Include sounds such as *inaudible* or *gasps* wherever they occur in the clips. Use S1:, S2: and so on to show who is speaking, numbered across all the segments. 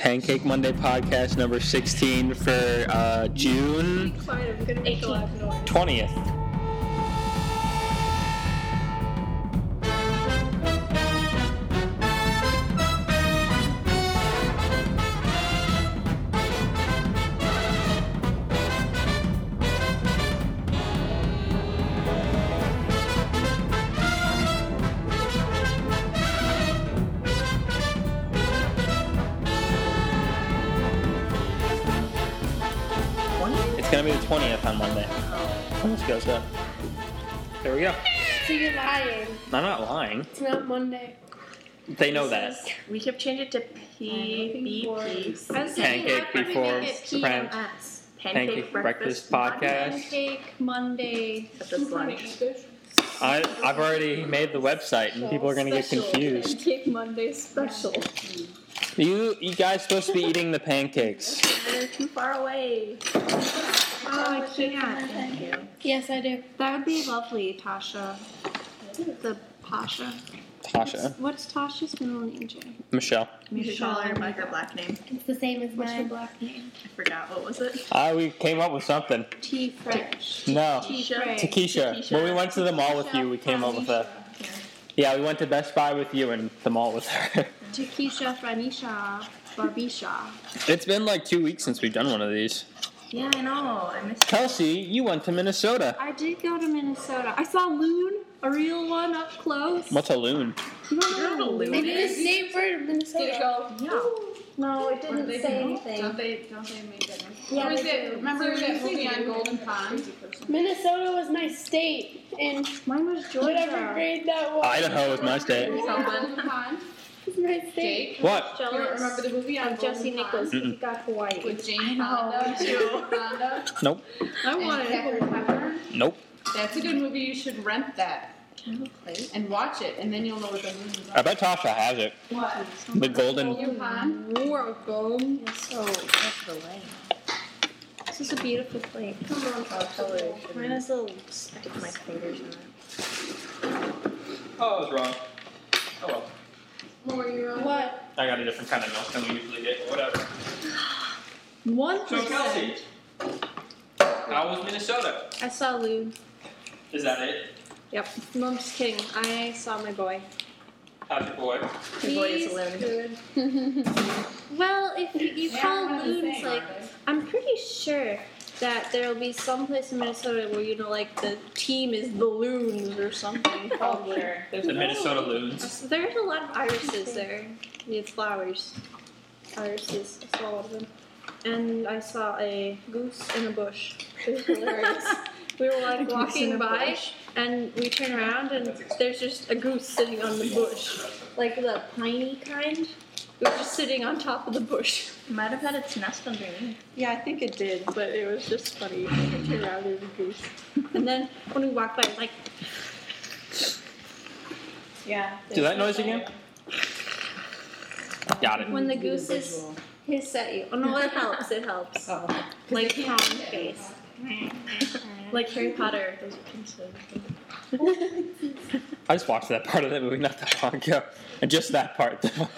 S1: Pancake Monday podcast number 16 for uh, June
S2: Fine, I'm gonna make a lot of noise.
S1: 20th. It's going to be the 20th on Monday. How much goes up? There we go.
S2: So you're lying.
S1: I'm not lying.
S2: It's not Monday.
S1: They know that.
S3: We could change it to PBP.
S2: I was
S1: Pancake
S2: thinking about
S1: before
S2: making it
S1: French.
S2: PMS.
S1: Pancake Breakfast Podcast.
S2: Pancake Monday.
S3: That's just lunch.
S1: I, I've already made the website and people are going to get
S2: Special
S1: confused.
S2: Pancake Monday special.
S1: You, you guys supposed to be eating the pancakes.
S3: They're too far away.
S2: Oh, I can't.
S3: Thank you.
S2: Yes, I do. That would be lovely, Tasha. The Pasha.
S1: Tasha,
S2: What's Tasha's middle name, Jay?
S1: Michelle.
S3: You should call her by her black name.
S4: It's the same as
S2: What's her
S4: mine.
S2: black name?
S3: I forgot what was it.
S1: Ah, we came up with something.
S2: T French.
S1: No.
S2: Tisha.
S1: Takesha. When we went to the mall with you, we came up with that. Yeah, we went to Best Buy with you and the mall with her.
S2: Takesha, Franisha, Barbisha.
S1: *laughs* It's been like two weeks since we've done one of these.
S3: Yeah, I know. I missed.
S1: Kelsey, you went to Minnesota.
S2: I did go to Minnesota. I saw Loon, a real one up close.
S1: What's a loon?
S2: You don't
S3: You don't know Loon
S4: They
S2: Loon?
S4: do the same for Minnesota.
S3: Yeah.
S4: No, it didn't say
S5: Don't
S4: anything.
S5: they, don't they make that?
S4: Yeah,
S5: Or is
S4: they
S5: it,
S4: do.
S5: remember that movie on Golden Pond?
S4: Minnesota was my state, and
S2: Mine was
S4: whatever
S2: Georgia.
S4: grade that was,
S1: Idaho is my state.
S5: Golden Pond,
S4: was my state.
S5: Jake.
S1: What?
S5: You don't remember the movie on
S2: of Jesse
S5: Golden Pond?
S2: Nichols. He got Hawaii.
S5: With Jane Fonda, Jane Fonda,
S1: Nope.
S2: I
S5: and Zachary
S2: wanted.
S5: Pepper.
S1: Nope.
S5: That's a good movie, you should rent that. And watch it, and then you'll know what the movie's
S1: I bet
S5: about.
S1: Tasha has it.
S5: What?
S1: The golden.
S5: Golden Pond?
S2: War of gold. So that's the lake. This is a beautiful lake. Mine is a
S3: Stick my fingers in it.
S1: Oh, I was wrong. Oh well.
S4: What?
S1: I got a different kind of milk than we usually get. Whatever.
S2: one percent.
S1: Kelsey, how was Minnesota?
S2: I saw Loon.
S1: Is that it?
S2: Yep. No, I'm just kidding. I saw my boy.
S1: How's your boy?
S3: Your boy is
S2: He's
S3: Loon.
S2: good. well, if you, you
S5: They
S2: call
S5: aren't really
S2: Loon,
S5: the
S2: it's
S5: same,
S2: like
S5: are they?
S2: I'm pretty sure that there'll be some place in Minnesota where you know, like the team is the Loons or something. Probably.
S1: The Minnesota Loons.
S2: There's a lot of irises there. Yeah, flowers. Irises. I saw all of them. And I saw a goose in a bush. It was hilarious. *laughs* we were like walking by and we turn around and there's just a goose sitting on the bush. Like the piney kind. It was just sitting on top of the bush.
S3: Might have had its nest underneath. *laughs*
S2: Yeah, I think it did, but it was just funny. I turned around, there's a goose. and then when we walked by, it was like,
S5: Yeah.
S1: Do that noise again. Got it.
S2: when the goose is hiss at you. Oh no, it helps, it helps. Like Tom's face. like Harry Potter. Those
S1: I just watched that part of that movie not that long ago. And just that part, *laughs* though.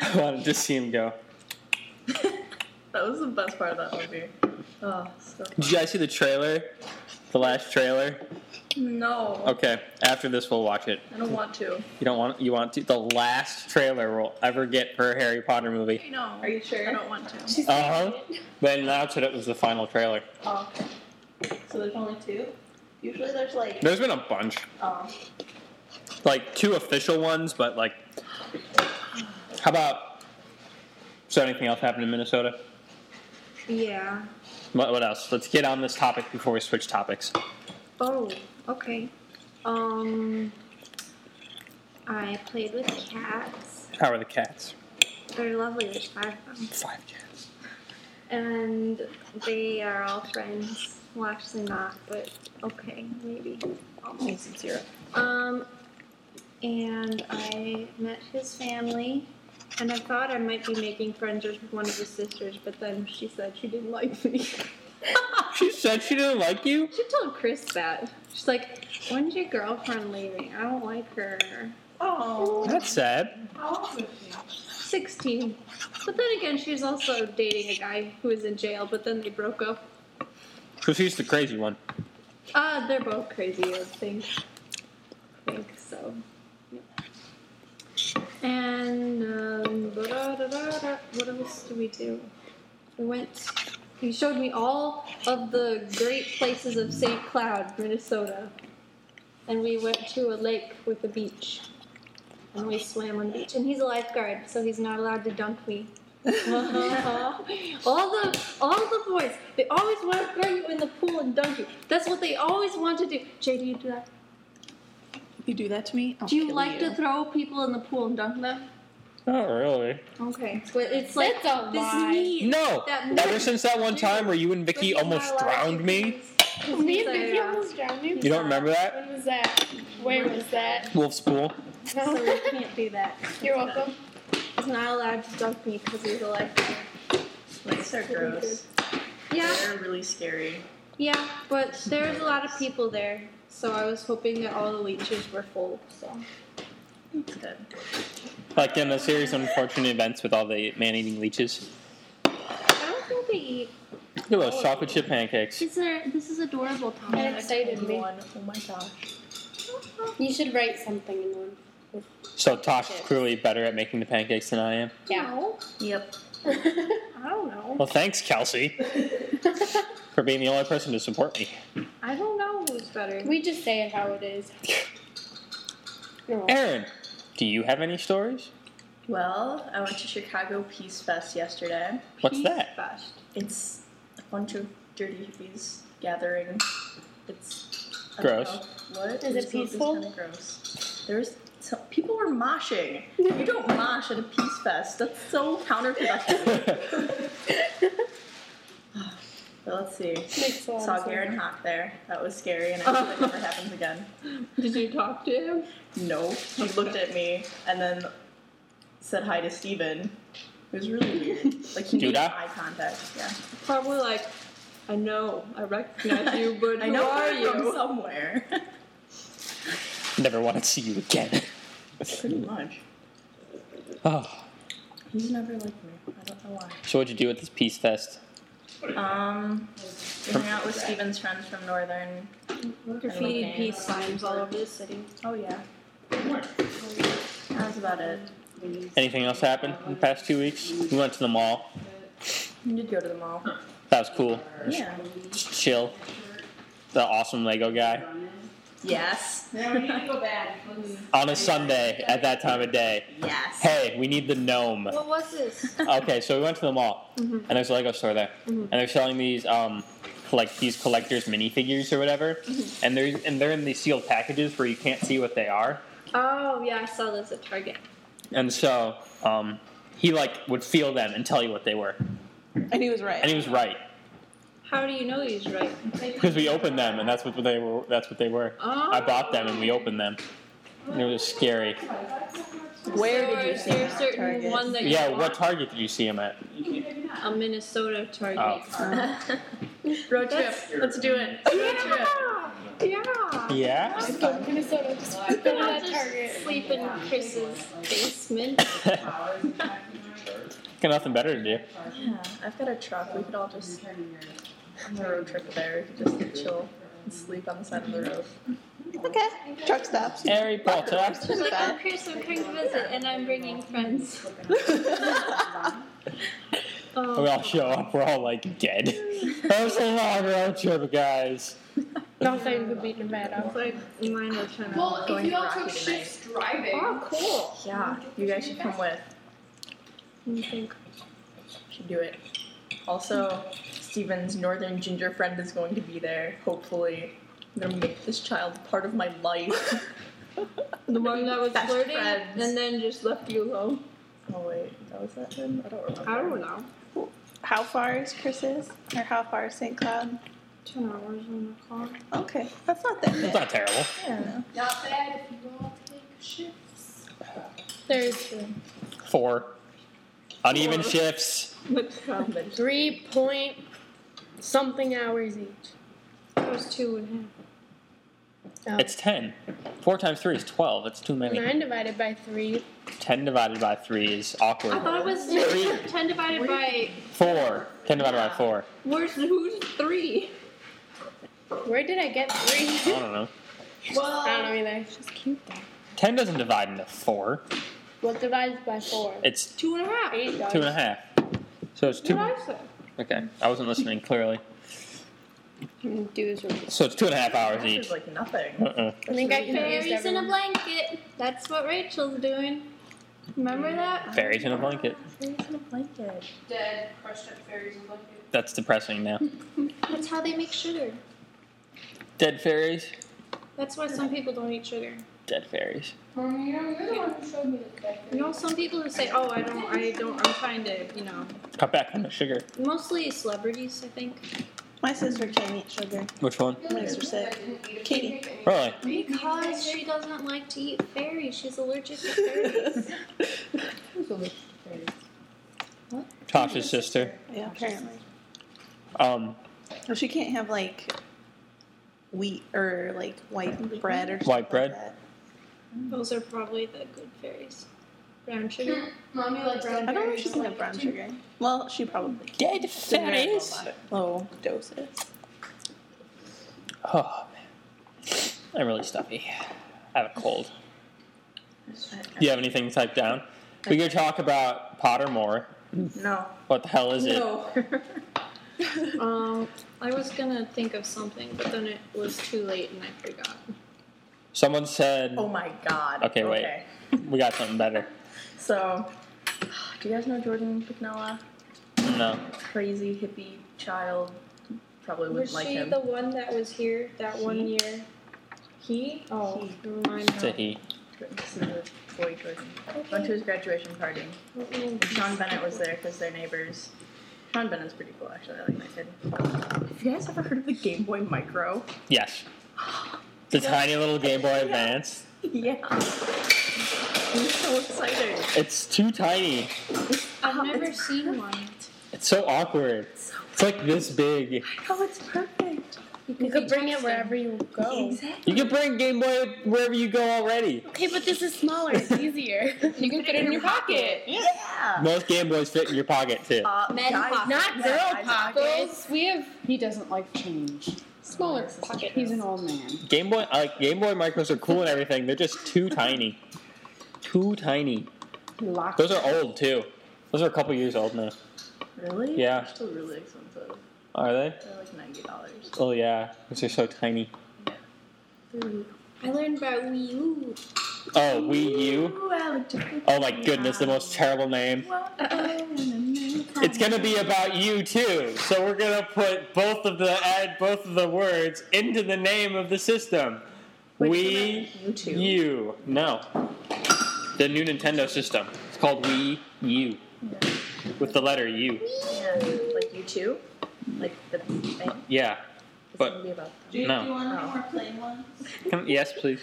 S1: I wanted to see him go.
S3: That was the best part of that movie. Oh, so.
S1: Did you guys see the trailer? The last trailer?
S3: No,
S1: Okay, after this, we'll watch it.
S3: I don't want to.
S1: You don't want you want to the last trailer we'll ever get for a Harry Potter movie.
S3: No.
S5: Are you sure?
S3: I don't want to.
S4: She's
S1: Uh huh. They announced that it was the final trailer.
S3: Oh, okay. So there's only two? Usually there's like.
S1: There's been a bunch,
S3: Oh.
S1: like two official ones, but like, how about? So anything else happened in Minnesota?
S2: Yeah.
S1: What, what else? Let's get on this topic before we switch topics.
S2: Oh, okay. Um, I played with cats.
S1: How are the cats?
S2: They're lovely. There's five of them,
S1: Five cats.
S2: and they are all friends. Well, actually not, but okay, maybe.
S3: Be sincere.
S2: Um, and I met his family, and I thought I might be making friends with one of his sisters, but then she said she didn't like me. *laughs*
S1: She said she didn't like you.
S2: She told Chris that. She's like, when's your girlfriend leaving? I don't like her.
S3: Oh.
S1: That's sad.
S5: How old was she?
S2: She's 16. But then again, she's also dating a guy who was in jail, but then they broke up.
S1: Because he's the crazy one.
S2: Uh, they're both crazy, I think. I think so. Yep. And, um, ba-da-da-da-da. what else do we do? We went, he showed me all of the great places of St. Cloud, Minnesota. And we went to a lake with a beach. And we swam on the beach. And he's a lifeguard, so he's not allowed to dunk me. *laughs* all the all the boys, they always want to throw you in the pool and dunk you. That's what they always want to do. Jay, do you do that?
S6: You do that to me? I'll
S2: Do you
S6: kill
S2: like to throw people in the pool and dunk them?
S1: Not really.
S2: Okay, but it's like
S4: That's a
S2: this
S4: lie.
S2: need.
S1: No.
S2: That
S1: Ever since that one time where you and
S2: But
S1: Vicky
S2: he's not
S1: almost
S2: allowed to
S1: drowned
S2: do
S1: me,
S2: things. *laughs*
S4: Me
S2: He's
S4: and Vicky
S2: like, uh,
S4: almost drowned you.
S1: you don't remember that?
S4: When was that? Where was that?
S1: Wolf's Pool.
S2: So *laughs*
S4: No.
S2: we can't do that.
S4: You're welcome.
S2: He's not allowed to dunk me because he's a lifeguard.
S3: Lakes are gross.
S2: Yeah,
S3: They're really scary.
S2: yeah, but there's a lot of people there, so I was hoping that all the leeches were full. So
S3: It's good.
S1: Like in a series of unfortunate events with all the man eating leeches.
S2: I don't think they eat.
S1: Look at those chocolate chip pancakes.
S2: These are this is adorable, Tom.
S4: That excited me.
S3: One. Oh my gosh.
S4: You should write something in one.
S1: So Tosh is clearly better at making the pancakes than I am.
S4: Yeah. *laughs*
S3: Yep.
S2: I don't know.
S1: Well, thanks, Kelsey, for being the only person to support me.
S2: I don't know who's better.
S4: we just say it how it *laughs* is. No.
S1: Aaron, do you have any stories? *laughs*
S3: Well, I went to Chicago Peace Fest yesterday.
S1: What's
S2: He's
S1: that?
S2: best.
S3: It's a bunch of dirty hippies gathering. It's I
S1: Gross.
S3: don't know What
S4: Is it peaceful?
S3: Kind of gross. There's some, people were moshing. You don't mosh at a peace fest. That's so counterproductive.
S1: *laughs*
S3: but let's see.
S4: Makes a lot
S3: Saw
S4: of sense.
S3: Garen Hawk there. That was scary, and I *laughs* hope it never happens again.
S2: Did you talk to
S5: *laughs*
S2: him?
S3: No. He looked at me and then said hi to Steven. It was really weird. Like he
S1: Do
S3: made
S1: that?
S3: eye contact. Yeah.
S2: Probably like, I know, I recognize
S3: *laughs*
S2: you, but
S3: I
S2: who
S3: know
S2: are
S3: you're from
S2: you?
S3: somewhere. *laughs*
S1: Never want to see you again.
S3: Pretty much.
S1: Oh,
S3: He's never liked me. I don't know why.
S1: so what'd you do at this peace fest?
S3: Um, we hung out with Steven's friends from Northern.
S2: Graffiti
S3: Okay.
S2: peace signs all over the city.
S3: Oh yeah. That was about it.
S1: Anything else happened in the past two weeks? We went to the mall.
S3: We did go to the mall.
S1: That was cool.
S3: Yeah.
S1: Just chill. The awesome Lego guy
S3: Yes.
S5: Now we need to go back.
S1: on a Sunday at that time of day.
S3: Yes.
S1: Hey, we need the gnome.
S2: What was this?
S1: Okay, so we went to the mall, and there's a Lego store there, and they're selling these um, like these collectors minifigures or whatever, and they're and they're in these sealed packages where you can't see what they are,
S2: Oh yeah, I saw this at Target.
S1: and so um, he like would feel them and tell you what they were,
S6: And he was right.
S1: and he was right
S2: How do you know he's right?
S1: because we opened them and that's what they were. That's what they were.
S2: Oh,
S1: I bought them and we opened them. And it was scary.
S6: Where
S2: or
S6: did you
S2: is
S6: see
S2: there a
S6: that
S2: certain
S6: target?
S2: one that
S1: Yeah,
S2: you
S1: what
S2: want?
S1: Target did you see him at?
S2: a Minnesota Target.
S1: Oh.
S3: Road trip. Let's do it. Road trip.
S2: Yeah.
S1: Yeah. *laughs*
S4: Just go to Minnesota. Just go to
S2: I'll
S4: that
S2: just
S4: Target.
S2: sleep in Chris's basement.
S1: Got nothing better to do.
S3: Yeah. I've got a truck. We could all just on the road trip there. We could just chill and sleep on the side of the road.
S6: Okay. Truck stops.
S1: Harry Potter.
S2: She's like, I'm Chris, I'm coming to visit, and I'm bringing
S1: *laughs*
S2: friends. *laughs* Oh.
S1: We all show up. We're all like
S2: *laughs*
S1: dead. That was a long road trip, guys.
S4: Not saying you could beat Nevada.
S2: It's like mine was kind of.
S5: Well,
S3: Going
S5: if
S3: to
S5: you all
S3: Rocky
S5: took
S3: tonight.
S5: shifts driving,
S2: Oh, cool.
S3: Yeah. You guys should come with.
S2: Let me think.
S3: Should do it. Also, Steven's northern ginger friend is going to be there. Hopefully, I'm gonna make this child part of my life.
S6: *laughs*
S2: The one that was
S3: Best
S2: flirting
S3: friends.
S2: and then just left you alone.
S3: Oh wait, that was that him? I don't remember.
S2: I don't know.
S6: Oh. How far is Chris's? Or how far is St. Cloud?
S2: 10 hours in the car.
S6: Okay. That's not that
S1: It's
S6: bad.
S1: not terrible.
S3: Yeah.
S5: not bad if you all take shifts.
S4: There's
S1: Four. Uneven shifts.
S2: But um,
S4: three point something hours each.
S2: it was two and a half.
S4: Oh.
S1: It's 10. 4 times 3 is 12. That's too many.
S4: Nine divided by three.
S1: 10 divided by 3 is
S2: I
S1: awkward.
S2: thought it was
S1: Three.
S2: *laughs* ten divided by.
S1: 4. 10 divided by 4.
S2: Where's who's three?
S4: Where did I get
S1: I
S4: three? *laughs*
S1: don't know.
S4: I don't
S2: Well,
S4: know either. It's just cute though.
S1: 10 doesn't divide into 4.
S4: What divides by four?
S1: It's
S2: two and a half.
S4: Eight does.
S1: 2 and a half. So it's 2.
S2: What I said.
S1: Okay. I wasn't listening clearly.
S4: Mm, Do is right.
S1: So it's two and a half hours
S3: This is
S1: each.
S3: like nothing.
S1: Uh-uh.
S4: I think I confused
S2: Fairies in a
S4: everyone.
S2: blanket. That's what Rachel's doing. Remember that?
S1: Fairies in a blanket.
S5: Dead, crushed up fairies and blanket.
S1: That's depressing
S2: *laughs*
S1: now.
S2: That's how they make sugar.
S1: Dead fairies.
S2: That's why some people don't eat sugar.
S1: Dead fairies.
S5: Mommy, you're you're the one who showed me the dead
S2: You know, some people who say, "Oh, I don't, I don't, I'm trying to," you know.
S1: Cut back on the sugar.
S2: Mostly celebrities, I think.
S6: My sister can't eat sugar.
S1: Which one?
S6: Minister said. Katie.
S1: Really?
S2: Because she doesn't like to eat fairies. She's allergic to fairies.
S3: *laughs*
S1: Tasha's sister.
S6: yeah, apparently.
S1: Um,
S6: Well, she can't have like wheat or like white bread or
S1: White
S6: something
S1: bread?
S6: Like that.
S2: Those are probably the good fairies. Brown sugar.
S5: Mommy likes brown
S6: I don't know if she's gonna have brown sugar. Well, she probably can.
S1: dead
S6: fairies? Low doses.
S1: Oh man, I'm really stuffy. I have a cold. Do you have anything typed down? We could talk about Pottermore.
S3: No.
S1: What the hell is it?
S3: No.
S2: Um, I was gonna think of something, but then it was too late and I forgot.
S1: Someone said
S3: *laughs* oh my god.
S1: Okay, wait. we got something better.
S3: So, *sighs* do you guys know Jordan Pignella?
S1: No.
S3: Crazy hippie child. Probably wouldn't
S2: Was
S3: like
S2: she
S3: him.
S2: the one that was here that one year? He? Oh, never mind.
S1: It's a he.
S3: This is a boy Jordan. Went to his graduation party. Sean Bennett was there because they're neighbors. Sean Bennett's pretty cool, actually. I like that kid. Have you guys ever heard of the Game Boy Micro?
S1: Yes. The tiny little Game Boy Advance.
S3: *laughs* Yeah. I'm so excited.
S1: It's too tiny.
S2: I've never seen one.
S1: It's so awkward. It's like this big.
S3: Oh, it's perfect.
S4: You could bring it wherever you go.
S3: Exactly.
S1: You can bring Game Boy wherever you go already.
S4: Okay, but this is smaller. It's easier.
S5: You can fit it in your pocket.
S3: Yeah.
S1: Most Game Boys fit in your pocket too.
S3: Uh,
S2: Men
S3: guys,
S2: pop-
S4: Not
S3: yeah,
S4: girl
S2: *laughs*
S3: guys,
S4: pockets.
S5: We have. He doesn't like change. Smaller
S3: This is
S5: pocket.
S3: true.
S5: He's an old man.
S1: Game Boy, I like Game Boy micros are cool and everything. They're just too tiny, too tiny.
S5: He locks.
S1: Those are old too. Those are a couple years old now.
S3: Really?
S1: Yeah.
S3: They're still really expensive.
S1: Are they?
S3: They're like ninety dollars.
S1: Oh yeah, those are so tiny.
S2: I learned about Wii U.
S1: Oh Wii U.
S3: Ooh, I like to-
S1: Oh my goodness, the most terrible name. It's gonna be about you too. So we're gonna put both of the add both of the words into the name of the system. Wii
S3: YouTube.
S1: U. No, the new Nintendo system. It's called Wii U with the letter U.
S3: Yeah, like you too. Like the thing. It's
S1: Yeah,
S3: gonna
S1: but
S3: be about
S1: no.
S3: oh.
S1: Can, yes, please.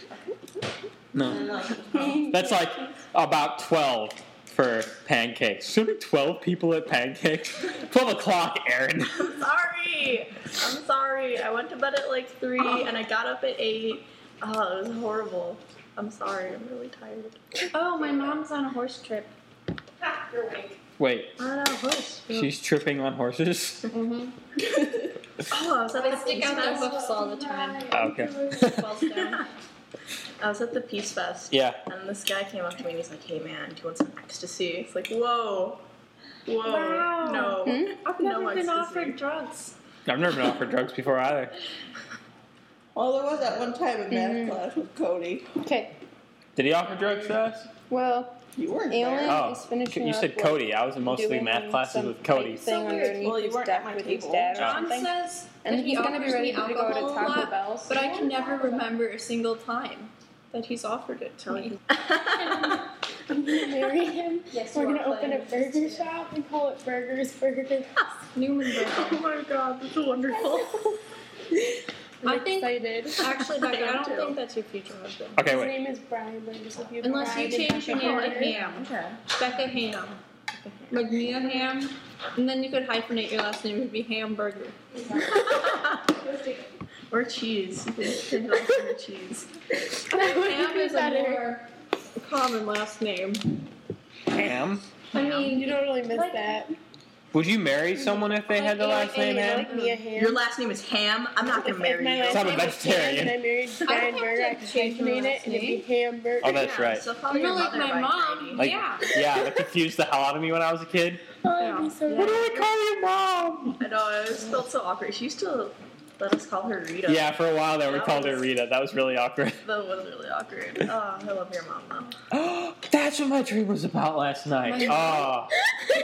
S1: No. That's like about 12 for pancakes. Should be 12 people at pancakes? 12 o'clock, Aaron.
S3: I'm sorry. I'm sorry. I went to bed at like three and I got up at eight. Oh, it was horrible. I'm sorry. I'm really tired.
S2: Oh, my mom's on a horse trip.
S1: *laughs* Wait,
S3: I don't know. Horse.
S1: she's tripping on
S4: *laughs*
S1: horses?
S3: Oh, I was at
S2: They
S3: the
S2: stick
S3: Peace
S2: out their
S3: Fest.
S2: hoofs all the time.
S1: Ah, okay.
S2: Falls down.
S3: I was at the Peace Fest.
S1: yeah.
S3: And this guy came up to me and he's like, "Hey, man, do you want some ecstasy?" It's like, "Whoa, whoa,
S2: Wow. Hmm?
S3: no,
S2: I've
S3: no
S2: never been
S3: ecstasy."
S2: offered drugs.
S1: I've never been offered drugs before either.
S6: Well, there was that one time in math
S3: Mm-hmm.
S6: class with Cody.
S4: Okay.
S1: Did he offer drugs to us?
S4: Well,
S6: You weren't
S4: Alan
S6: there.
S1: Oh,
S4: is finishing.
S1: you
S4: up
S1: said
S4: work,
S1: Cody. I was in mostly
S4: doing
S1: math classes
S4: some
S1: with Cody.
S4: Thing
S2: So weird.
S4: underneath
S6: Well, you
S4: his
S6: weren't
S4: deck
S6: at my
S4: with his
S6: table.
S4: dad or
S1: John
S2: John
S4: something.
S2: says
S4: And
S2: that
S4: he's gonna be
S2: offers me
S4: ready to go to
S2: alcohol a
S4: Taco
S2: lot,
S4: Bell. so-
S2: But I can never remember a single time that he's offered it to *laughs* me.
S4: I'm gonna marry him.
S5: Yes,
S4: We're
S5: you are
S4: gonna open a burger shop and call it Burgers Burgers.
S2: Newman
S3: Oh my god,
S2: *laughs*
S3: that's wonderful.
S2: I think,
S4: Excited.
S2: actually, Becca, I don't
S3: too.
S2: think that's your future husband.
S1: Okay,
S4: His
S1: wait.
S4: name is Brian Burgers. If you
S2: Unless you
S4: bribed him
S2: change your
S4: to
S2: name to
S4: come here.
S2: Ham.
S3: okay.
S2: Becca Ham. Like Mia Ham. And then you could hyphenate your last name, it would be Hamburger.
S3: Or cheese. or
S2: *laughs*
S3: cheese.
S4: That
S2: Ham
S4: would be
S2: is a
S4: better.
S2: more common last name.
S1: Ham?
S4: I mean, you don't really miss
S2: Like-
S4: that.
S1: Would you marry someone if they had the last name
S4: yeah,
S1: Ham?
S4: Like me a ham.
S3: Your last name is Ham. I'm not gonna
S4: If
S3: marry
S4: my
S3: you.
S4: last
S1: So I'm a
S4: name was ham
S1: vegetarian.
S4: And I married
S5: have
S4: Brian Burger.
S5: to
S4: I could
S5: change
S4: change
S5: my
S4: name it
S5: last
S4: and it'd be
S5: name.
S4: Hamburger.
S1: Oh, that's
S3: Yeah,
S1: right.
S3: So probably
S5: You know,
S3: your
S5: like
S3: mother
S5: my
S3: by
S5: mom.
S3: Brady.
S1: Like,
S5: yeah.
S1: Yeah, that confused the hell out of me when I was a kid.
S4: Oh, it'd be so
S1: What do
S4: good.
S1: I call you, mom?
S3: I know, it was felt so awkward. She used to let us call her Rita.
S1: Yeah, for a while there we
S3: That
S1: called her
S3: was-
S1: Rita. That was really awkward. *gasps*
S3: That was really
S1: *laughs*
S3: awkward. Oh, I love your mom though.
S1: That's what my dream was about last night. Oh,
S6: I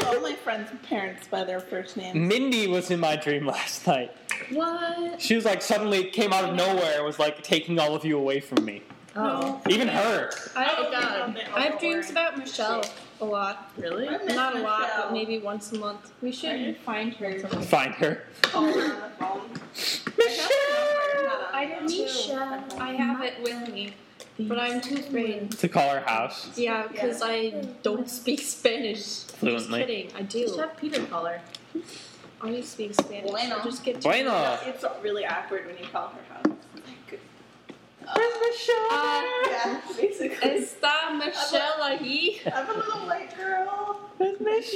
S6: call all my friends' parents by their first name.
S1: Mindy was in my dream last night.
S2: What?
S1: She was like suddenly came out of nowhere and was like taking all of you away from me.
S3: Oh,
S1: Even her.
S2: I,
S3: Oh,
S2: God.
S3: God.
S2: I have dreams about Michelle a lot.
S3: really?
S2: Not a lot, but maybe once a month.
S5: We should find her.
S1: Find her.
S2: I don't Michelle. I have it with me, but I'm too afraid.
S1: To call her house.
S2: Yeah, because I don't speak Spanish. Just
S1: Fluently.
S2: kidding, I
S3: Just
S2: do.
S3: have Peter call her.
S2: I do speak Spanish.
S5: Bueno.
S2: I just get to
S1: Bueno.
S4: It's really awkward when you call her house.
S5: Uh,
S4: Yeah, basically.
S3: *laughs*
S2: Está Michelle ahí?
S4: I'm a little white girl. Spanish.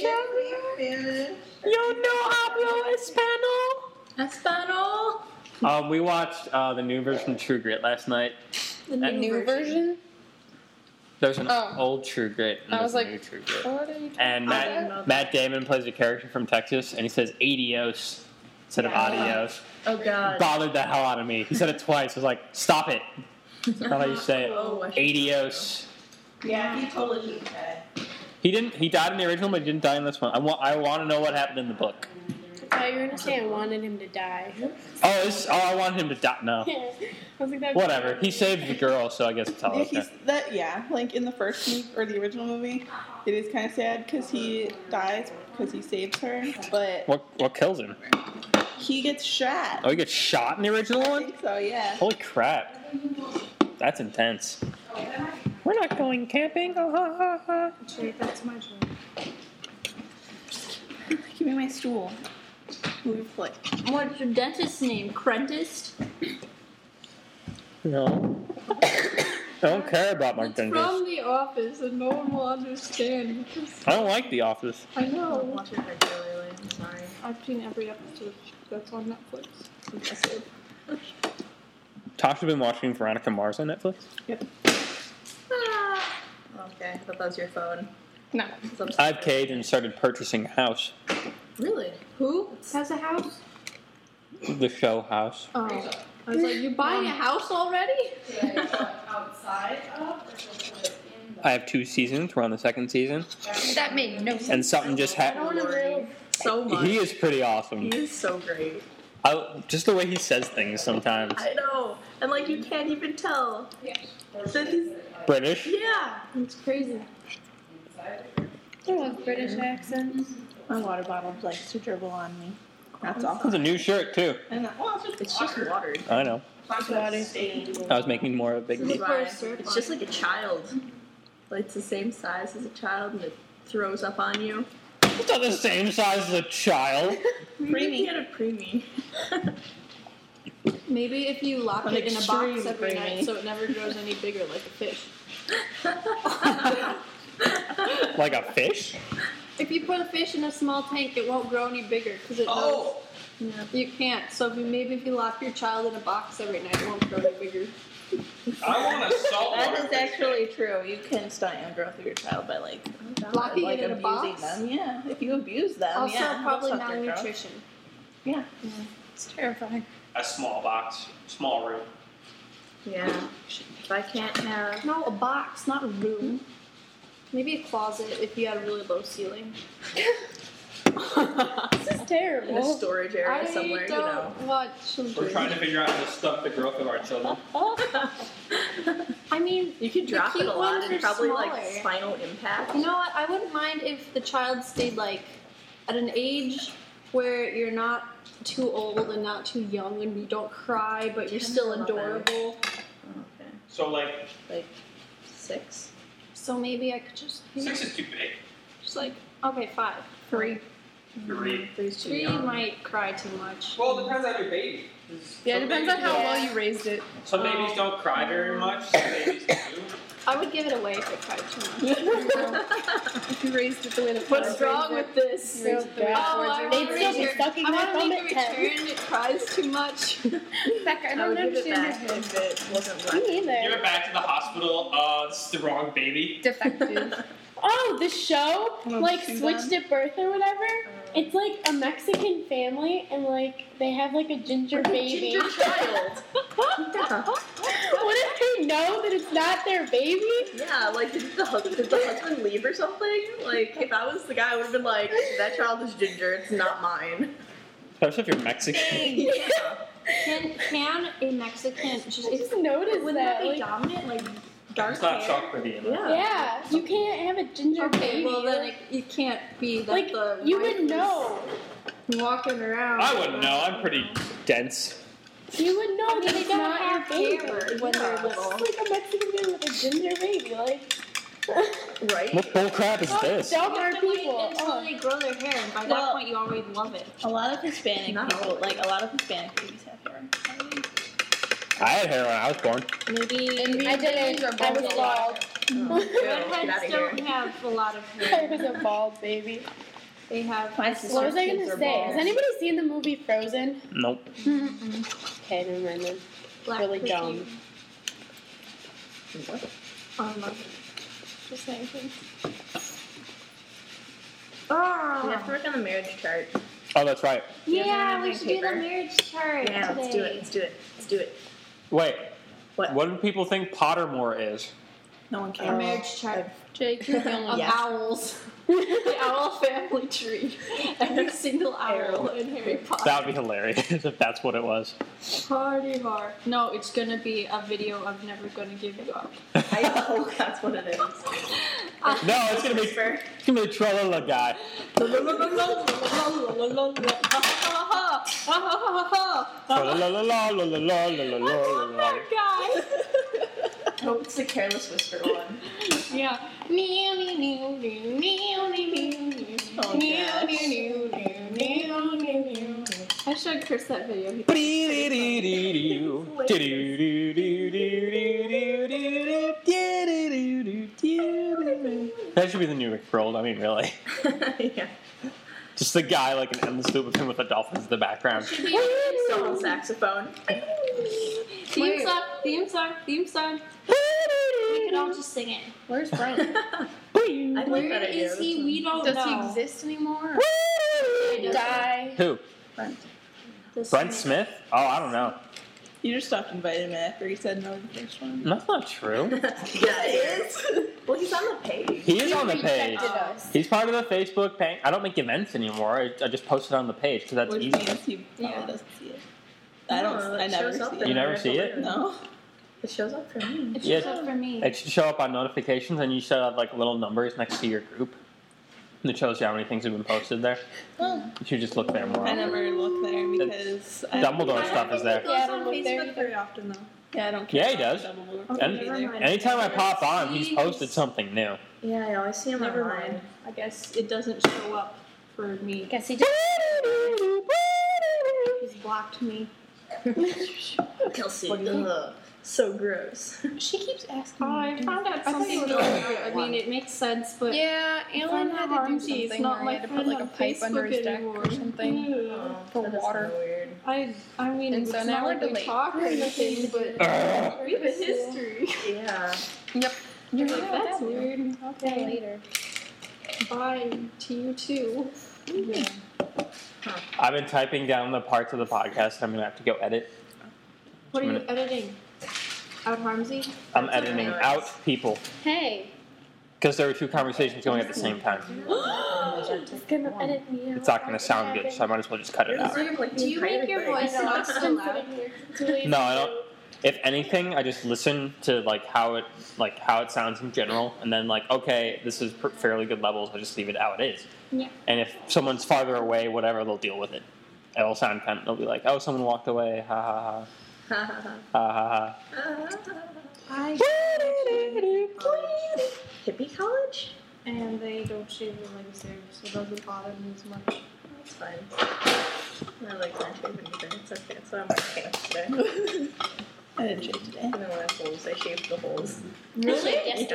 S2: Espano.
S1: Um, we watched uh, the new version of True Grit last night.
S2: The
S1: Uh,
S6: New version?
S1: There's an
S6: Oh.
S1: old True Grit and
S6: I
S1: there's
S6: was
S1: a
S6: like,
S1: new True Grit.
S6: Oh, what are you
S1: And
S2: I didn't know
S1: Matt,
S2: that.
S1: Matt Damon plays a character from Texas, and he says "adios" instead of "adios."
S3: Oh God.
S1: Bothered the hell out of me. He said it twice. I was like, "Stop it!" That's not how you say
S3: *laughs*
S1: it.
S3: Oh, I should-
S1: Adios.
S4: Yeah, he totally should have.
S1: He didn't. He died in the original, but he didn't die in this one. I want. I want to know what happened in the book.
S4: Oh, you were gonna say I wanted him to die.
S1: Oh, this. Oh, I wanted him to die.
S4: *laughs*
S1: No.
S4: I was like, that
S1: Whatever. He saved the girl, so I guess it's all
S3: *laughs*
S6: Yeah,
S1: okay.
S6: he's that. Yeah, like in the first movie or the original movie, it is kind of sad because he dies because he saves her, but
S1: What? What kills him?
S6: he gets shot.
S1: Oh, he gets shot in the original
S6: I
S1: one.
S6: think so. Yeah.
S1: Holy crap. That's intense. We're not going camping. Oh, ha, ha, ha.
S2: Wait, that's my dream.
S1: Oh.
S6: Give me my stool. Move like
S2: What's your dentist's name? Crentist?
S1: No. *coughs* I don't care about my
S2: It's
S1: dentist.
S2: from the office, and no one will understand. because
S1: I don't like The Office.
S2: I
S3: Oh,
S2: know.
S3: watching her regularly. I'm sorry.
S2: I've seen every episode that's on Netflix.
S1: Tasha's been watching Veronica Mars on Netflix.
S3: Okay, I thought that was your phone.
S4: No.
S3: It's upstairs.
S1: I've caved and started purchasing a house.
S3: Really?
S2: Who has a house?
S1: The show house.
S2: Oh, I was like, you buying a house already?
S4: outside of or
S1: I have two seasons. We're on the second season.
S5: that made no sense.
S1: And something just happened.
S4: in the
S3: So much.
S1: He is pretty awesome.
S3: He is so great.
S1: I, just the way he says things sometimes.
S3: I know. And like you can't even tell. That he's
S1: British.
S3: yeah.
S2: It's crazy.
S4: I love British accents.
S6: my water bottle likes to dribble on me. That's
S1: That's
S6: all.
S1: a new shirt, too.
S6: And that, well, it's
S3: It's just watered.
S1: I know.
S4: It's water stained.
S1: I was making more of a big
S3: *laughs* This is
S1: deal.
S2: Before
S3: why
S2: a surf
S3: It's just like a child. Like it's the same size as a child and it throws up on you.
S1: It's not the same size as a child.
S3: Preemie. Get a preemie.
S2: Maybe if you lock
S3: An
S2: it in a box
S3: extreme
S2: every
S3: creamy.
S2: night so it never grows any bigger like a fish.
S1: Like a fish?
S2: If you put a fish in a small tank, it won't grow any bigger because it
S4: Oh.
S2: knows. You can't. So if you, maybe if you lock your child in a box every night, it won't grow any bigger.
S7: I want a
S6: That
S7: saltwater
S6: is actually true. You can stunt your growth of your child by like,
S2: Locking
S6: like
S2: it in a
S6: abusing
S2: box.
S6: them. Yeah, if you abuse them.
S2: also,
S6: yeah,
S2: probably
S6: it'll suck their growth.
S2: malnutrition.
S6: It's terrifying.
S7: a small box, small room.
S3: Yeah. If I
S6: *laughs*
S3: can't have
S2: No, a box, not a room. Maybe a closet if you had a really low ceiling.
S6: This is
S3: in a
S6: terrible.
S3: storage area
S2: I
S3: somewhere, you
S2: don't
S3: know.
S2: want children.
S7: We're trying to figure out how to stuff the growth of our children.
S6: *laughs*
S2: I mean,
S3: You could drop it
S2: cute
S3: a lot
S2: ones
S3: and
S2: are
S3: probably like
S2: smaller.
S3: spinal impact.
S2: You know what? I wouldn't mind if the child stayed like at an age where you're not too old and not too young and you don't cry but you're still
S3: Depends on them.
S2: adorable.
S3: Oh, Okay.
S7: So like
S3: Like six.
S2: So maybe I could just, you know,
S7: six is too big.
S2: just like okay, five, three.
S7: Three.
S3: These two
S2: Three
S3: young.
S2: might cry too much.
S7: Well, it depends on your baby.
S6: Yeah, it depends on how
S2: Yeah.
S6: well you raised it.
S7: Some babies don't cry very much. Some babies do.
S6: *laughs*
S2: I would give it away if it cried too much.
S6: If you raised it the way the
S2: What's wrong with this?
S6: You raised it the way
S2: Oh, I
S6: *laughs*
S4: They'd
S2: wanna
S4: still be
S2: return-
S4: sucking
S2: I
S4: my
S2: wanna
S4: thumb
S2: make
S4: at
S2: a
S4: 10.
S2: return. It cries too much.
S5: Becca, I
S3: I
S5: don't
S3: would give it back
S5: understand this.
S3: if it wasn't worth
S4: Me
S7: Give
S4: either.
S7: it back to the hospital. Uh, it's the wrong baby.
S5: Defective.
S2: *laughs*
S4: Oh, the show
S6: Oh,
S4: like
S6: Sinbad?
S4: switched at birth or whatever.
S2: Uh.
S4: It's like a Mexican family and like they have like a ginger baby.
S2: Ginger
S4: *laughs*
S2: child.
S4: what if they know that it's not their baby?
S3: Yeah, like did the, hus- did the husband leave or something? Like if I was the guy, I would have been like, that child is ginger. It's not
S6: *laughs*
S3: mine.
S1: Especially if you're Mexican.
S2: Can can a Mexican just
S4: I just noticed
S2: wouldn't
S4: that.
S2: that be
S4: like,
S2: dominant? Like dark
S7: It's not
S2: hair.
S7: chocolatey enough.
S2: Yeah.
S4: yeah, you can't have a ginger
S2: Okay,
S4: baby.
S2: well then it, it can't be that
S4: like
S2: the
S4: you
S2: wife
S4: would
S2: is
S4: know.
S2: walking around.
S1: I wouldn't know. I'm pretty dense.
S4: You would know
S2: I mean,
S4: that
S2: they
S4: it's
S2: don't
S4: not
S2: have
S4: your baby
S2: hair
S4: when they're
S2: yeah.
S4: little. It's like a Mexican family with a ginger baby. Like,
S3: Right?
S1: What bull crap is this?
S4: dumb
S2: You
S4: are
S2: have to wait
S4: people?
S2: until
S4: Oh.
S2: they grow their hair, and by that
S8: Well-
S2: point you already love it.
S8: A lot of Hispanic
S3: Not
S8: people,
S3: all.
S8: like a lot of Hispanic babies have hair.
S1: I had hair when I was born.
S2: Maybe
S4: I didn't. I was bald.
S3: Get out
S2: redheads
S3: of here.
S2: don't have a *laughs* lot of
S4: I
S2: hair.
S4: was a bald baby.
S2: They have.
S8: My
S4: What
S8: sister's
S4: was I
S8: kids
S4: gonna
S8: are
S4: say? Has
S8: bald.
S4: anybody seen the movie Frozen?
S1: Nope.
S4: Okay, never mind then.
S2: black
S4: really
S2: pussy
S4: dumb.
S2: on them. Oh.
S3: We have to work on the marriage chart.
S1: Oh, that's right.
S2: Yeah,
S3: Yeah,
S2: we
S3: my
S2: should do
S3: paper.
S2: the marriage chart
S3: Yeah,
S2: today.
S3: let's do it. Let's do it. Let's do it.
S1: Wait.
S3: What?
S1: What do people think Pottermore is?
S8: No one
S2: A
S8: cares.
S2: marriage chart
S6: Jake, you're the only
S2: of
S8: Yes.
S2: owls. *laughs* the owl family tree. *laughs* Every single owl in Harry Potter.
S1: That would be hilarious *laughs* if that's what it was.
S2: *laughs* Party hard. No, it's gonna be a video of never gonna give you *laughs* up.
S3: I *laughs* hope Oh, that's what it is.
S1: No, it's gonna be it's
S6: *laughs*
S3: Whisper.
S1: gonna be Trollola guy. Trollola-la-la-la-la-la-la-la-la-la.
S2: Guys.
S3: Hope Oh, it's the careless whisper
S6: *laughs*
S3: one.
S2: Yeah. Meow, meow, meow, meow, meow, meow, meow.
S3: Oh,
S2: Meow,
S3: gosh.
S2: meow, meow, meow, meow, meow, meow. I should curse that video. He-
S1: That should be the new Rick Rolled, I mean really. *laughs*
S3: yeah.
S1: Just the guy like an endless loop with him with the dolphins in the background.
S3: Solo saxophone. *laughs*
S2: Theme song, theme song, theme song.
S8: We could all just sing it.
S4: *laughs*
S5: Where's Brent?
S3: I like
S2: Where
S3: that idea.
S2: is he? We
S4: Oh,
S2: don't
S5: Does he
S2: know.
S5: exist anymore?
S2: he
S6: die.
S1: Who?
S2: This
S1: Brent
S2: is-
S1: Smith? Oh, I don't know.
S6: You just stopped inviting him after he said no to the first one.
S1: That's not true.
S3: *laughs* Yeah,
S6: *laughs*
S3: it is. Well, he's on the page.
S1: He is on the page.
S4: Rejected us.
S1: He's part of the Facebook page. I don't make events anymore. I, I just post it on the page because that's
S6: Which
S1: easy. Oh.
S6: means he probably
S2: Yeah.
S6: doesn't see it. I don't.
S3: No, it
S6: I never
S3: shows
S6: see
S3: up
S6: it.
S1: You
S3: in
S1: never see it?
S3: Revelation.
S6: No.
S3: It shows up for me.
S2: It's
S1: Yeah.
S2: just for me.
S1: It should show up on notifications, and you should have like little numbers next to your group. And it shows you how many things have been posted there.
S6: Oh.
S1: You should just look there more.
S6: I never look there because I don't-
S1: Dumbledore stuff is there.
S2: Goes
S4: Yeah, I
S2: on
S4: don't look there
S2: Facebook
S4: either.
S2: very often though.
S6: Yeah, I don't care.
S1: Yeah, he
S6: about
S1: does.
S6: Dumbledore
S2: Okay,
S1: And-
S6: either.
S2: never mind.
S1: Anytime I pop on, he's posted something new.
S3: Yeah, I always see him
S2: Never
S3: online.
S2: mind. I guess it doesn't show up for me.
S4: Guess he just.
S2: He's blocked me.
S3: Kelsey. Ugh, so
S6: *laughs*
S3: gross.
S6: She keeps asking.
S2: Oh, I found out
S6: I thought you
S2: something.
S6: were
S2: new.
S6: looking
S2: I mean, it makes sense, but
S5: Yeah, Alan had to do something.
S2: It's not
S5: where
S2: my
S5: he had to put
S2: friend
S5: like a
S2: on
S5: pipe under
S2: Facebook
S5: his deck
S2: anymore.
S5: or something.
S2: Ew.
S5: For
S3: That is
S5: water.
S3: kinda Weird.
S2: I, I mean,
S5: And
S2: it's
S5: so
S2: not
S5: now we're
S2: like *laughs* we
S5: delayed.
S2: talk
S4: *laughs*
S2: or anything, but
S1: Ugh.
S2: we have a history.
S1: *gasps*
S3: Yeah.
S2: You're like, that's weird.
S4: Yeah,
S2: Okay,
S4: later.
S2: bye to you too.
S1: I've been typing down the parts of the podcast I'm gonna have to go edit.
S2: What are you
S1: Minute.
S2: editing? Out Harmsy?
S1: I'm editing out people
S4: Hey,
S1: because there were two conversations going at the same time.
S2: Oh.
S4: it's gonna edit me out.
S1: It's not gonna sound good, so I might as well just cut it
S3: You're
S1: out.
S3: sort of like
S2: Do you
S3: being
S2: make your
S3: private,
S2: voice
S3: *laughs*
S4: No,
S2: not
S4: it's
S2: so
S4: been
S2: loud?
S4: sitting here for two weeks.
S1: No, I don't. If anything, I just listen to like how it like how it sounds in general, and then like okay, this is pr- fairly good levels. I just leave it how it is.
S2: Yeah.
S1: And if someone's farther away, whatever, they'll deal with it. It'll sound kind. They'll be like, oh, someone walked away. Ha ha
S3: but- Ha, ha, ha.
S1: ha ha ha.
S3: Ah.
S2: I
S3: Hippie college?
S1: ha.
S2: and they don't shave their legs there, so it doesn't bother me as much.
S3: It's fine. My legs aren't shaving either. It's okay. So I'm okay today. Even
S6: *laughs* I didn't shave today.
S3: though I have holes, I shaved the holes.
S8: Really?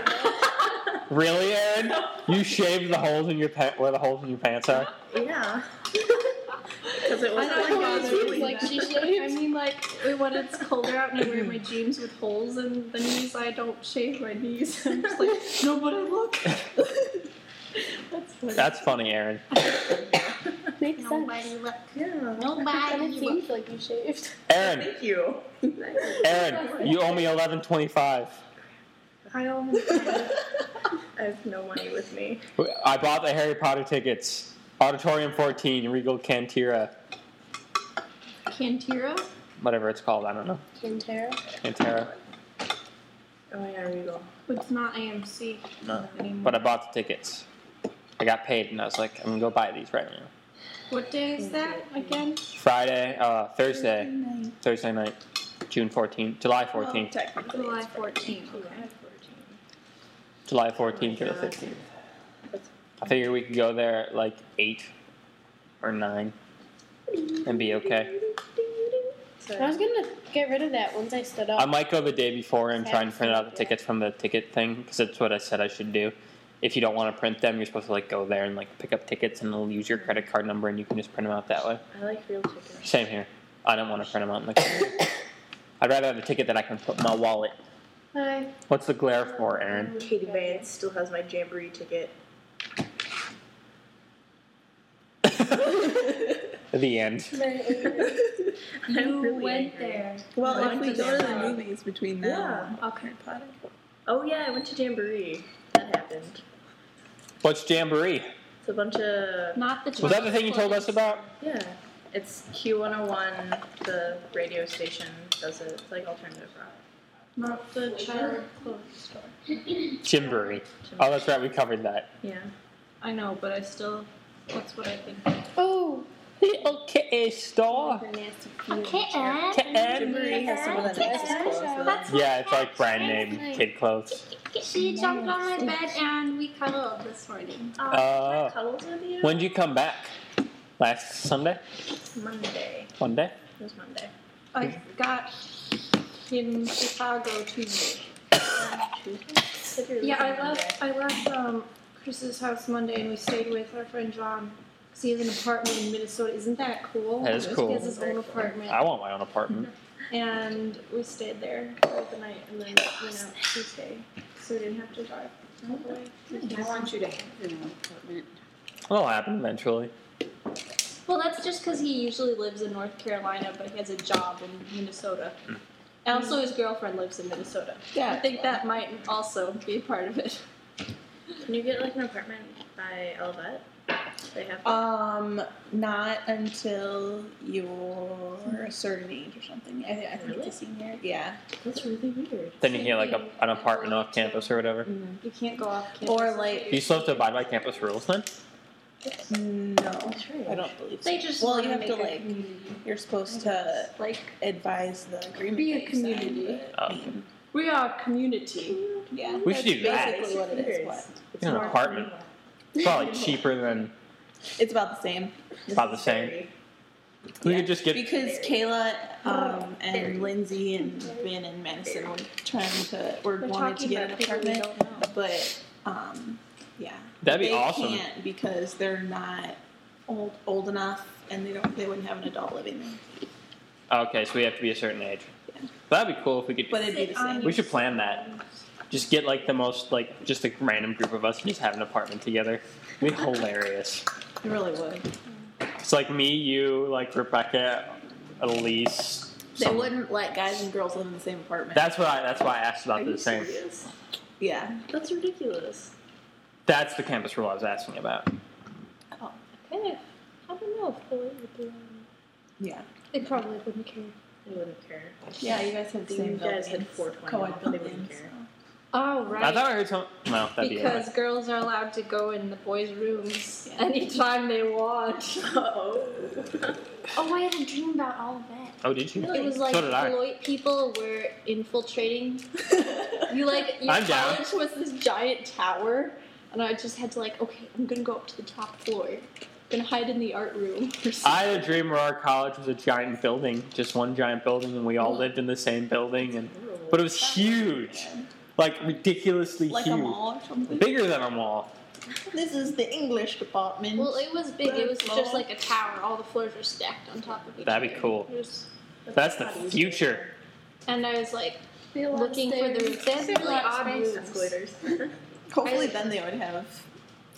S1: Really, Aaron? You shaved the holes in your pa- where the holes in your pants are?
S3: *laughs* Yeah. Because it wasn't
S2: I
S3: like
S2: know
S3: I was really
S2: like *laughs* she I mean, like when it's colder out and
S1: *clears throat*
S2: I wear my jeans with holes in the knees, I don't shave my knees. *laughs* I'm just like nobody look. *laughs* That's funny.
S1: That's funny, Aaron.
S4: Makes sense.
S8: Nobody look.
S3: *laughs* Yeah.
S2: *laughs*
S4: And it
S8: Nobody look.
S4: seems like you shaved.
S1: Aaron,
S3: Thank
S6: *laughs*
S3: you.
S1: Aaron, you owe me eleven twenty-five.
S2: I almost
S3: I have no money with me.
S1: I bought the Harry Potter tickets. Auditorium 14, Regal Cantira,
S2: Cantira.
S1: whatever it's called. I don't know.
S4: Quintero.
S1: Cantera.
S3: Oh yeah, Regal.
S2: It's not AMC
S1: No.
S2: anymore.
S1: But I bought the tickets. I got paid, and I was like, I'm gonna go buy these right now.
S2: what day is that again?
S1: Friday, uh, Thursday, Thursday night, Oh, June 14th, July 14th,
S6: Technically.
S2: July 14th. Okay.
S1: July 14th to the 15th. I figure we could go there at like eight or nine and be okay.
S4: I was gonna get rid of that once I stood up.
S1: I might go the day before and try and print out the tickets from the ticket thing because that's what I said I should do. If you don't want to print them, you're supposed to like go there and like pick up tickets and they'll use your credit card number and you can just print them out that way.
S3: I like real chicken.
S1: Same here. I don't want to print them out. in the computer. I'd rather have a ticket that I can put in my wallet.
S2: Hi.
S1: What's the glare for, Aaron? *laughs*
S3: Katie Vance still has my jamboree ticket. *laughs*
S1: the end.
S3: I'm
S2: You
S3: really
S2: went
S3: angry.
S2: there.
S6: Well,
S3: I
S6: if
S3: went
S6: we
S3: to
S6: go to the
S3: Denver.
S6: movies between now
S3: Yeah.
S2: Okay.
S3: Oh yeah, I went to jamboree. That happened.
S1: What's Jamboree?
S3: It's a bunch of
S2: Not the.
S1: Was that the thing you told us about?
S3: yeah. It's Q101. The radio station does it. It's like alternative rock.
S2: Not the child clothes store.
S1: Jamboree. Oh, that's right. We covered that.
S3: Yeah.
S2: I know, but I still. That's what I think.
S4: oh,
S1: Little kitty store.
S8: Okay, Ed.
S6: Jamboree has some of the
S8: Yeah.
S6: nicest clothes. though.
S8: That's
S1: Yeah, it's like brand name kid clothes.
S8: what she jumped on my bed and we cuddled this morning.
S1: Uh,
S3: Cuddles with you.
S1: when did you come back? Last Sunday?
S3: Monday.
S1: Monday?
S3: It was Monday.
S2: I got in Chicago Tuesday.
S3: Tuesday.
S2: Yeah, I left. I left um, Chris's house Monday, and we stayed with our friend John. 'cause he has an apartment in Minnesota. Isn't that cool?
S1: That is
S2: He
S1: cool.
S2: has his own apartment,
S1: I want my own apartment.
S2: and we stayed there for the night, and then went out Tuesday, so we didn't have to drive. all the way.
S5: I want you to have your own apartment.
S1: It'll happen eventually.
S2: Well, that's just because he usually lives in North Carolina, but he has a job in Minnesota.
S1: Hmm.
S2: And also, his girlfriend lives in Minnesota. I
S6: Yeah.
S2: think that might also be a part of it.
S3: Can you get like an apartment by Elvet? They have.
S6: Um, not until you're a certain age or something. I, I think
S3: Really?
S6: it's a senior. Yeah.
S3: That's really weird.
S1: Then you can get like a, an apartment off campus or whatever.
S2: You can't go off campus.
S6: Or, like-
S1: Do you still have to abide by campus rules then?
S6: No,
S3: That's right.
S6: I don't believe so.
S2: They just
S6: well,
S2: wanna
S6: you have
S2: make
S6: to
S2: a
S6: like. You're supposed to
S2: like
S6: advise the agreement.
S2: Be a
S6: that you signed,
S2: community.
S6: but,
S1: Oh.
S6: I mean,
S2: we are a community.
S6: yeah.
S1: We should
S6: that's
S1: do that.
S6: Basically, what it is. What?
S1: Get an apartment. It's probably cheaper than
S2: Mm-hmm.
S6: It's about the same.
S1: about the same. We could just get.
S6: Because Kayla um, and Lindsay and Vin and Madison were trying to or
S2: We're
S6: wanted to
S2: talking
S6: get
S2: about
S6: an
S2: people we
S6: apartment,
S2: don't know.
S6: but um, yeah,
S1: That'd be
S6: they
S1: awesome.
S6: can't because they're not old old enough, and they don't they wouldn't have an adult living there.
S1: Okay, so we have to be a certain age. That'd be cool if we could.
S6: But it'd be the same.
S1: We should plan that. Just get like the most like just a random group of us and just have an apartment together. It'd be hilarious.
S6: It really would.
S1: It's like me, you, like Rebecca, Elise.
S6: They wouldn't let guys and girls live in the same apartment.
S1: That's what I. That's why I asked about the same.
S6: yeah.
S3: That's ridiculous.
S1: That's the campus rule I was asking about.
S2: Kind of, I don't know if they would do that.
S6: Yeah.
S2: They probably wouldn't care.
S3: They wouldn't care.
S6: Yeah, you guys had the same
S3: you guys had
S6: buildings,
S3: 420.
S6: co-ed
S3: They wouldn't
S6: buildings.
S3: care.
S2: Oh,
S1: I
S2: right.
S1: thought I heard some. No, that'd be
S2: because girls are allowed to go in the boys' rooms anytime they want.
S3: Oh.
S8: Oh, I had a dream about all of that.
S1: Oh, did you?
S2: It was like
S1: so did I.
S2: Deloitte people were
S3: *laughs*
S2: infiltrating. you like your
S1: I'm down.
S2: college was this giant tower, and I just had to like, okay, I'm gonna go up to the top floor, gonna hide in the art room. Or something.
S1: I had a dream where our college was a giant building, just one giant building, and we all lived in the same building, and but it was huge, like ridiculously
S6: Like a
S1: huge,
S6: mall or something.
S1: bigger than a mall.
S6: This is the English department.
S2: Well, it was big. It was just
S6: Small.
S2: like a tower. All the floors were stacked on top of each other.
S1: That'd be cool.
S2: It was-
S1: That's the future.
S2: and I was like looking for the they had really odd rooms.
S3: Escalators.
S6: Hopefully, then they would have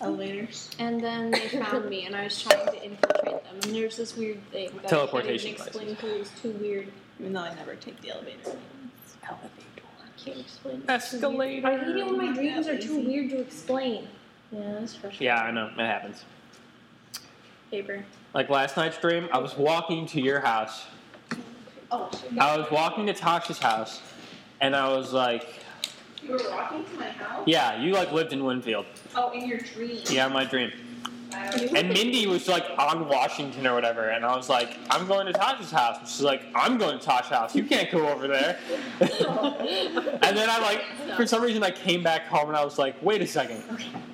S6: elevators.
S2: And then they found me, and I was trying to infiltrate them. And there's this weird thing that
S1: Teleportation
S2: I couldn't explain because it was too weird.
S6: Even though I never take the elevator.
S2: I can't explain. it. It's too weird. I hate it when my dreams are too weird to explain.
S3: Yeah, that's frustrating.
S1: Yeah, I know it happens.
S3: Paper.
S1: Like last night's dream, I was walking to your house.
S6: Oh,
S1: I was walking to Tasha's house, and I was like,
S5: You were walking to my house?
S1: "Yeah, you like lived in Winfield."
S5: Oh, in your dream. Uh,
S1: Yeah, my dream.
S5: Wow.
S1: And Mindy was like on Washington or whatever, and I was like, I'm going to Tasha's house. And she's like, I'm going to Tasha's house. You can't go over there. *laughs* and then I like, for some reason, I came back home and I was like, wait a second.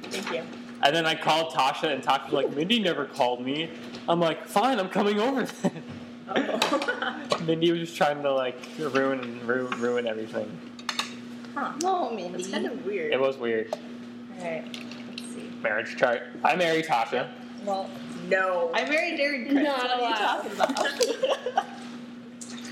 S3: Thank you.
S1: And then I called Tasha, and Tasha's like, Mindy never called me. I'm like, fine, I'm coming over then.
S5: Oh. *laughs*
S1: Mindy was just trying to like ruin and ru- ruin everything.
S6: no, Mindy.
S3: It's kind of weird.
S1: It was weird.
S3: Alright, let's see.
S1: Marriage chart. I marry Tasha.
S3: Well, no.
S6: I married Derek Prince.
S4: Not
S6: what are you talking about? *laughs*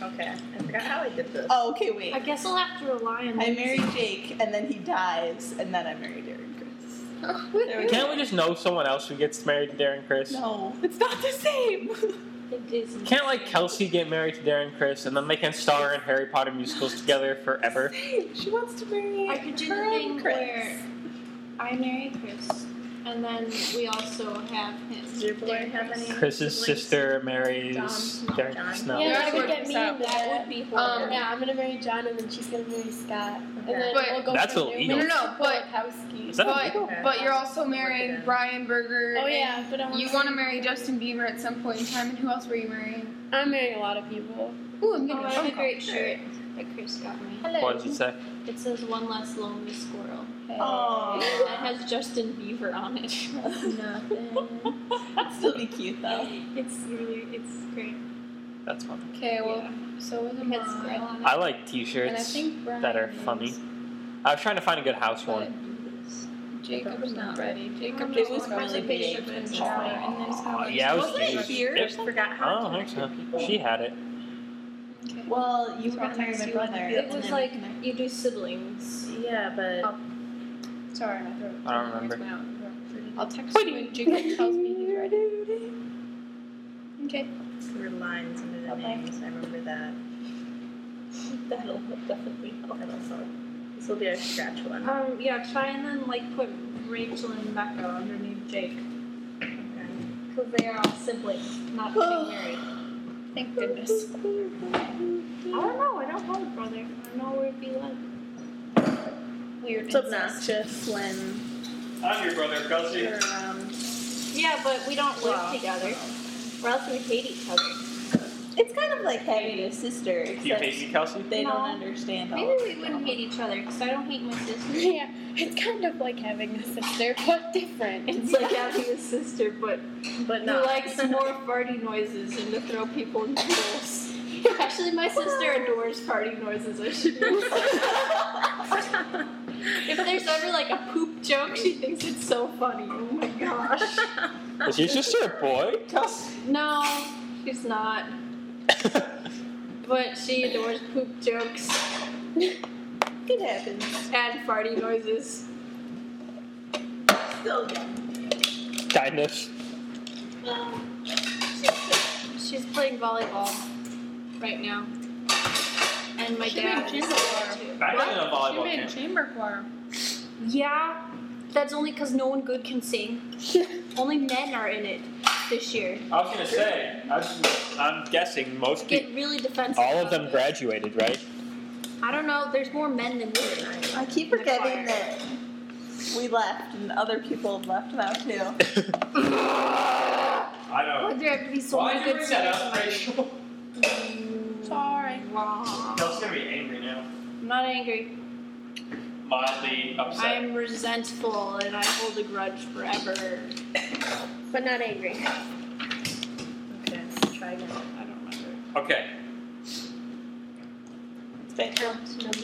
S3: okay. I forgot how I did this.
S6: oh, okay, wait.
S2: I guess I'll have to rely on.
S6: I married Jake, and then he dies, and then I married Derek Prince.
S2: *laughs*
S6: There we go.
S1: Can't we just know someone else who gets married to Darren Chris?
S6: No, it's not the same. *laughs*
S2: It is
S1: Can't like Kelsey get married to Darren Chris and then they can star in Harry Potter musicals together forever?
S6: she wants to marry.
S2: I could do
S6: her
S2: the
S6: own
S2: thing
S6: Chris.
S2: where I marry Chris, and then we also have him.
S3: Does your boy have any?
S1: Chris's
S3: siblings?
S1: sister marries Darren
S3: John.
S1: Chris. No.
S4: Yeah,
S5: gotta
S4: she could
S5: work
S4: get
S5: this
S4: me
S5: out.
S4: into
S2: That
S4: that.
S2: would be horrible.
S5: Um,
S4: yeah, I'm gonna marry John, and then she's gonna marry Scott, and
S3: Okay.
S4: then
S5: But-
S4: we'll go.
S1: That's
S4: from there.
S1: illegal.
S4: Maybe
S5: No, no,
S4: it's
S5: but-
S4: Filipowski.
S1: Is that
S5: But,
S6: Oh,
S1: illegal?
S5: but you're also marrying Brian Berger.
S4: Oh
S5: and
S4: yeah, but I want
S5: You want to marry Justin Bieber at some point in time, and who else were you marrying?
S4: I'm marrying a lot of people.
S5: Ooh, I'm
S2: Oh,
S5: getting
S2: I
S5: a
S2: have a
S5: phone call.
S2: great shirt that Chris got me.
S1: What does it say?
S2: It says "One Less Lonely Squirrel."
S6: Oh,
S2: And it has Justin Bieber on it. *laughs* Nothing.
S6: that'd still be cute though.
S2: it's really, it's great.
S1: That's funny.
S5: Okay, well,
S2: Yeah.
S5: so was a
S2: It has squirrel
S5: mom.
S2: on it.
S1: I like
S5: And I
S1: t-shirts
S5: think Brian
S1: that are
S5: is,
S1: funny. I was trying to find a good house one.
S5: but Jacob's not ready. Jacob
S6: It
S5: just
S6: was
S5: wants
S6: really
S5: a
S6: big.
S5: picture of his daughter, and there's how much-
S1: Uh, yeah, it was
S6: Wasn't it
S1: huge.
S6: here?
S1: It-
S3: forgot
S1: I
S3: how
S1: don't
S3: to
S1: think
S3: connect with
S1: so.
S3: people.
S1: She had it.
S5: Okay.
S6: Well, you were
S5: Sorry,
S6: gonna marry
S5: next
S6: my
S5: you wanna
S6: brother.
S5: marry-
S2: It
S6: and
S2: was
S6: then-
S2: like you do siblings.
S3: Yeah, but
S5: Sorry, my throat.
S1: I don't remember.
S5: I'll text you when Jacob tells me he's ready. Okay.
S3: there were lines under the names. I remember
S6: *laughs*
S3: that. That'll definitely help. That'll help. This will be our scratch one.
S2: Um, yeah, try and then like put Rachel and Becca underneath Jake. Because they are all siblings, not getting married. Thank goodness. I don't know, *gasps* I don't have a brother. I don't know where it'd be like. Weird.
S3: It's obnoxious when
S7: I'm your brother, Kelsey.
S3: you're um, around.
S2: Yeah, but we don't
S3: Wow.
S2: live together. We're else we hate each other.
S6: it's kind of like having a sister,
S1: Do you
S6: except
S1: hate me, Kelsey?
S6: they
S2: No.
S6: don't understand. all
S2: Maybe
S6: of
S2: we
S6: the
S2: wouldn't hate each other because I don't hate my sister.
S4: *laughs* Yeah, it's kind of like having a sister, but
S2: *laughs*
S4: different.
S2: It's like having a sister, but
S3: But
S2: who
S3: no.
S2: likes more farty noises and to throw people in
S4: *laughs*
S2: pools. Actually, my sister adores farty noises. I should
S4: *laughs*
S2: know. if there's ever like a poop joke, she thinks it's so funny. Oh my gosh.
S1: Is your sister a boy? *laughs* Kelsey?
S2: No, she's not. But she adores poop jokes
S6: It happens.
S2: and farty noises.
S4: *laughs*
S6: Still young.
S1: kind of.
S2: She's playing volleyball right now. And my
S5: She
S2: dad is
S5: made Jennifer.
S2: there too.
S7: Back in a
S5: You
S7: volleyball
S5: made
S7: camp.
S5: chamber choir.
S2: Yeah, that's only because no one good can sing. *laughs* only men are in it this year.
S7: I was gonna say, I was, I'm guessing most
S2: I
S7: people,
S2: Get really defensive.
S1: All of
S2: about
S1: them
S2: it.
S1: graduated, right?
S2: I don't know. There's more men than women.
S6: I keep
S2: The choir.
S6: forgetting that we left, and other people have left now too.
S7: I
S2: Why
S7: don't.
S2: do there have to be so
S7: Why
S2: many
S7: did you
S2: good
S7: bring that up,
S2: singers?
S7: Rachel?
S6: Sorry.
S2: Wow.
S7: Kelsey's gonna be angry now.
S2: I'm not angry.
S7: mildly upset.
S2: I'm resentful and I hold a grudge forever.
S3: but not angry.
S6: Okay, try again.
S2: I don't remember.
S7: Okay.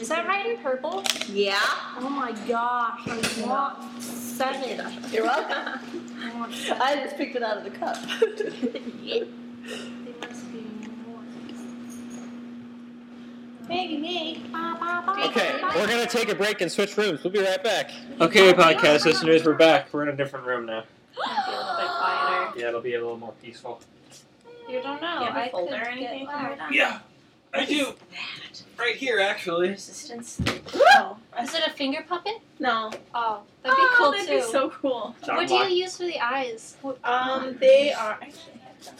S8: Is that right in purple?
S6: Yeah.
S2: Oh my gosh, I want seven.
S6: You're welcome. *laughs*
S2: I want
S6: I just picked it out of the *laughs* cup.
S1: Okay, we're gonna take a break and switch rooms. We'll be right back.
S7: Okay, podcast listeners, we're back. We're in a different room now.
S2: quieter.
S7: Yeah, it'll be a little more peaceful.
S2: *gasps* You don't know.
S6: You have a
S2: I
S6: folder or
S2: could
S6: anything
S2: get
S6: from
S2: loud.
S7: Yeah, I do. Right here, actually.
S6: Assistance.
S2: Oh,
S8: Is it a finger puppet?
S6: No.
S2: oh, that'd be cool too.
S6: so cool.
S8: What do you use for the eyes?
S4: Um, they are.
S8: Do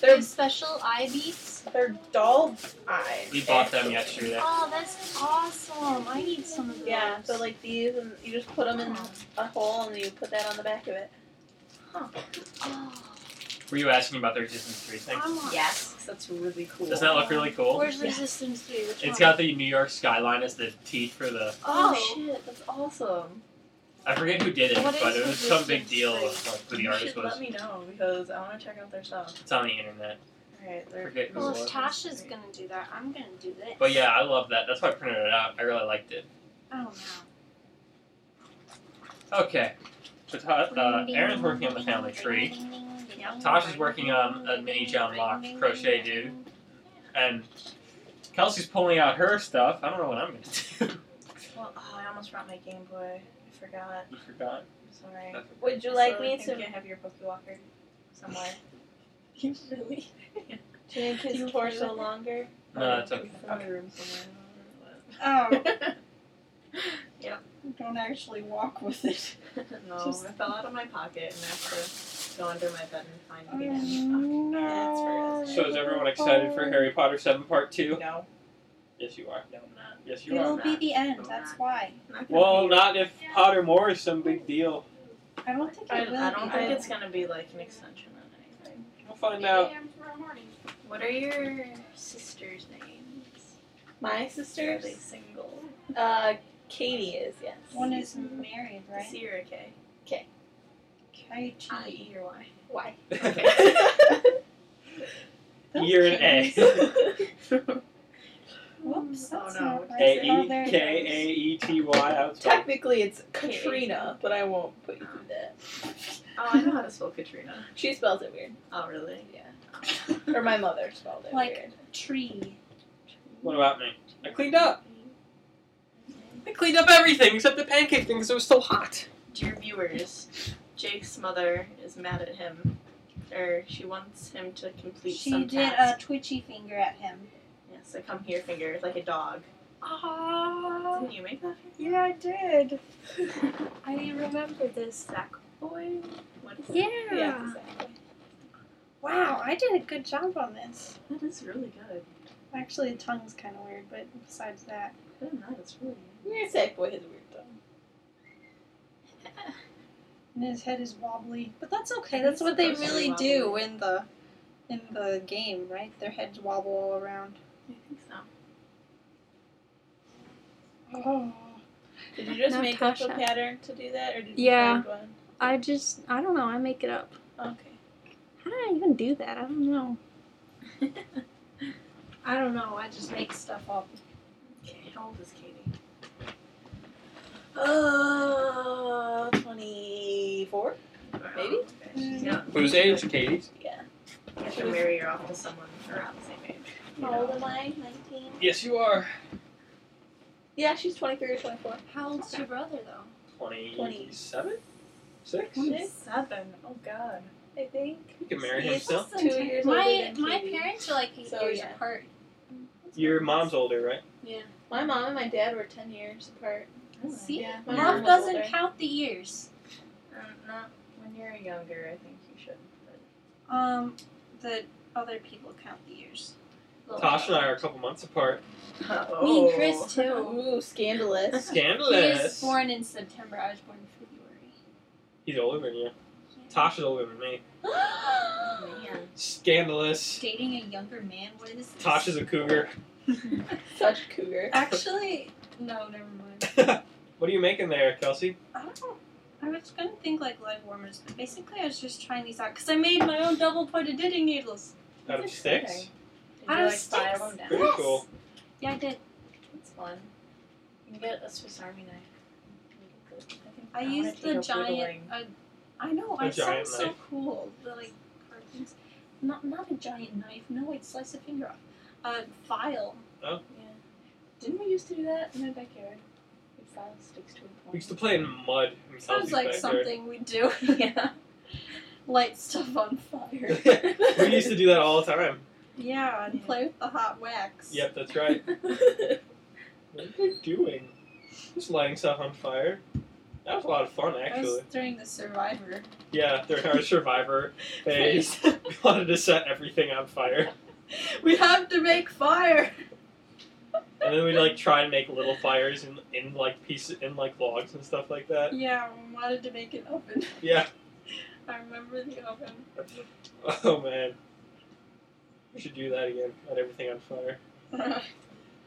S4: They're
S8: you special eye beads?
S4: they're doll eyes.
S7: We bought them yesterday.
S8: Oh, that's awesome. I need some of those.
S4: Yeah,
S6: So
S8: *gasps*
S6: like these, and you just put them in a hole, and you put that on the back of it.
S8: Oh,
S7: Were you asking about the Resistance 3 thing?
S8: I want.
S6: Yes, that's really cool.
S7: Doesn't that look really cool?
S8: Where's resistance three? Which
S7: It's
S8: one?
S7: got the New York skyline as the teeth for the.
S8: Oh,
S6: Oh shit, that's awesome.
S7: I forget who did it,
S8: What
S7: but
S8: is
S7: it was some big
S8: Resistance
S7: deal
S8: three?
S7: of like, who the
S6: you
S7: artist
S6: should
S7: was.
S6: let me know because I want to check out their stuff.
S7: It's on the internet.
S6: All right,
S7: I
S6: they're
S7: forget who
S8: Well,
S7: it
S8: if
S7: was.
S8: Tasha's gonna do that, I'm gonna do this.
S7: But yeah, I love that. That's why I printed it out. I really liked it.
S8: I don't know.
S7: Okay. So Ta- uh, Aaron's working on the family tree. Tasha's working on a mini John Locke crochet dude. And Kelsey's pulling out her stuff. I don't know what I'm gonna *laughs* do.
S6: Well, oh, I almost brought my Game Boy. I forgot.
S7: you forgot.
S6: Sorry.
S7: That's
S6: Would
S4: you like me
S6: I
S4: to-
S6: think I have your Poke Walker somewhere.
S4: You really?
S6: Do you need his torso longer?
S7: No, that's okay.
S6: From the room somewhere.
S4: *laughs* Oh,
S6: Yep.
S4: don't actually walk with it.
S6: *laughs* no,
S4: Just-
S6: it fell out of my pocket and I have to go under my bed and find
S4: Oh,
S6: it again.
S4: no.
S6: That's
S7: So is everyone excited for Harry Potter 7 Part 2?
S4: No.
S7: Yes, you are.
S6: No, I'm not.
S7: Yes, you
S4: It'll
S7: are.
S4: be the end. That's why.
S6: Not gonna
S7: Well,
S6: be-
S7: not if Pottermore is some big deal.
S4: I don't think it
S6: I,
S4: will
S6: I don't
S4: be.
S6: think it's gonna be like an extension on anything.
S7: We'll find out.
S6: What are your sisters' names?
S4: my
S6: Are
S4: sisters.
S6: they single?
S4: Uh,
S6: Katie is yes.
S4: one is married, right?
S6: C or a K? I
S4: Katie.
S6: E or *laughs* Y.
S4: Why?
S7: *laughs* You're an A.
S4: Whoops.
S6: Oh,
S4: that's
S6: no.
S4: not right.
S7: A
S4: Oh,
S7: E
S4: there it
S7: K A E T Y. how it's spelled.
S4: Technically, it's Katrina, but I won't put you through that.
S6: Oh, I know how to spell Katrina.
S4: She spells it weird,
S6: Oh, really?
S4: or my mother spelled it
S2: Like-
S4: weird.
S2: Tree.
S7: What about me? I cleaned up. I cleaned up everything except the pancake thing because it was so hot.
S6: Dear viewers, Jake's mother is mad at him, or she wants him to complete
S2: She
S6: some
S2: did a
S6: task.
S2: twitchy finger at him.
S6: Yes, a come here finger, like a dog.
S2: Ah,
S6: Didn't Ah, you make that?
S4: Yeah, I
S6: *laughs*
S4: did.
S8: I remember this, Zach.
S6: Boy, what is that?
S2: yeah.
S6: Yeah, exactly.
S2: Wow, I did a good job on this.
S6: That is really good.
S2: Actually, the tongue's kind of weird, but besides that,
S6: Other than that, it's really good.
S4: Your sick boy has a weird tongue.
S2: and his head is wobbly. But that's okay. That's what they
S6: It's supposed to
S2: really
S6: be
S2: do
S6: wobbly.
S2: in the in the game, right? Their heads wobble all around.
S6: I think so.
S2: Oh.
S4: Did you just make up a
S8: Natasha.
S4: pattern to do that, or did you
S8: Yeah.
S4: find one?
S8: I just, I don't know. I make it up.
S4: Okay.
S8: How did I even do that? I don't know. *laughs* I don't know. I just make stuff up.
S6: Okay, how old is Katie?
S4: Uh, 24? Maybe?
S6: Okay, she's young.
S7: Whose age, Katie's?
S4: Yeah.
S6: You should marry her off to someone around the same age. You
S4: How old
S6: know.
S4: am I? 19?
S7: Yes, you are.
S4: Yeah, she's 23 or 24.
S8: How old's your brother though?
S7: Twenty-seven, six. You
S4: Six?
S6: Seven. Oh god.
S4: I think.
S7: can marry him still.
S4: Two years older
S8: My
S4: than
S8: my
S4: Katie.
S8: parents are like eight
S4: So,
S8: years
S4: yeah.
S8: apart.
S7: Your mom's older, right?
S4: My mom and my dad were 10 years apart.
S8: See,
S4: Yeah, my mom
S8: love
S4: was
S8: doesn't
S4: older.
S8: count the years.
S6: Um, not when you're younger, I think you should. But
S2: Um, the other people count the years.
S7: Tosh and I are a couple months apart.
S6: *laughs* Uh-oh.
S8: Me and Chris too.
S4: Ooh,
S6: *laughs*
S4: scandalous.
S8: He is
S7: Scandalous.
S8: born in September. I was born in February.
S7: He's older than you. Tosh is older than me.
S6: Oh, man.
S7: Scandalous.
S8: Dating a younger man. What is this?
S7: Tosh is a cougar.
S4: Such cougar.
S2: Actually, No, never mind.
S7: *laughs* what are you making there, Kelsey?
S2: I don't know. I was gonna think like leg warmers, but basically I was just trying these out because I made my own double-pointed knitting needles.
S7: Out of sticks?
S5: You
S2: Out
S5: like
S2: of
S5: file them
S2: sticks.
S5: down.
S7: Very cool.
S2: Yeah, I did.
S5: That's fun. You can get a Swiss Army knife.
S2: I
S3: wanna
S2: used
S3: take
S2: the
S3: up
S2: giant.
S3: whittling.
S2: Uh, I know.
S7: A
S2: I sound
S7: giant
S2: so
S7: knife.
S2: cool. The like carved things. Not not a giant knife. No, I'd slice a finger off. A file.
S5: Didn't we used to do that in my backyard? We filed sticks to a
S7: We
S5: point.
S7: used to play in mud. in
S2: Sounds
S7: Kelsey's
S2: like
S7: backyard. *laughs*
S2: something we do. *laughs*
S5: yeah.
S2: Light stuff on
S7: *laughs*
S2: fire.
S7: we used to do that all the time.
S2: yeah, and play with the hot wax.
S7: Yep, that's
S2: *laughs*
S7: right. What are you doing? Just lighting stuff on fire. That was a lot of fun,
S2: That was
S7: actually.
S2: during the Survivor.
S7: Yeah, during our
S2: *laughs*
S7: survivor phase, we wanted to set everything on fire,
S2: We have to make fire.
S7: and then we'd like try and make little fires in in like pieces in like logs and stuff like that.
S2: Yeah, we wanted to make an oven.
S7: Yeah. *laughs*
S2: I remember the oven.
S7: Oh man, we should do that again. Light everything on fire.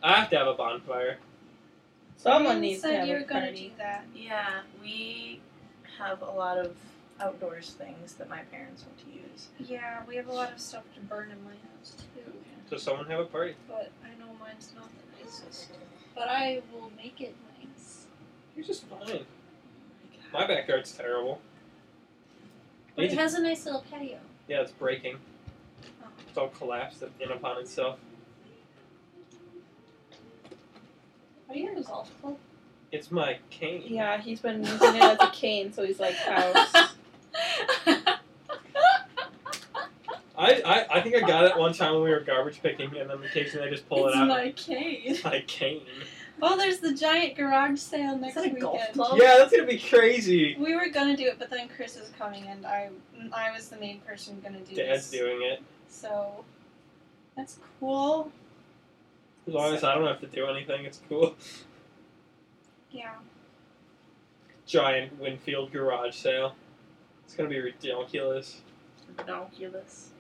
S7: I have to have a bonfire.
S2: You
S3: Someone needs to
S2: said
S3: have
S2: you
S3: a
S2: were gonna
S3: party.
S2: do that.
S5: Yeah, we have a lot of outdoors things that my parents want to use.
S2: Yeah, we have a lot of stuff to burn in my house too,
S7: So someone have a party.
S2: but I know mine's not the nicest. But I will make it nice.
S7: You're just fine. My backyard's terrible.
S2: But it
S7: Need to-
S2: has a nice little patio.
S7: yeah, it's breaking.
S2: Oh.
S7: It's all collapsed in upon itself.
S2: Are you in a golf club?
S7: It's my cane.
S6: Yeah, he's been using it as a cane, so he's
S3: *laughs*
S6: like house.
S2: *laughs*
S7: I, I, I think I got it one time when we were garbage picking, and then occasionally I just pull
S2: it's
S7: it out.
S2: my cave.
S7: It's my cane.
S2: Well, there's the giant garage sale next
S5: that a
S2: weekend.
S5: golf club?
S7: Yeah, that's gonna be crazy.
S2: We were gonna do it, but then Chris is coming, and I I was the main person gonna do
S7: Dad's
S2: this.
S7: doing it.
S2: So that's cool.
S7: As long as I don't have to do anything, it's cool. *laughs*
S2: Yeah.
S7: Giant Winfield garage sale. It's gonna be ridiculous.
S5: Binoculars.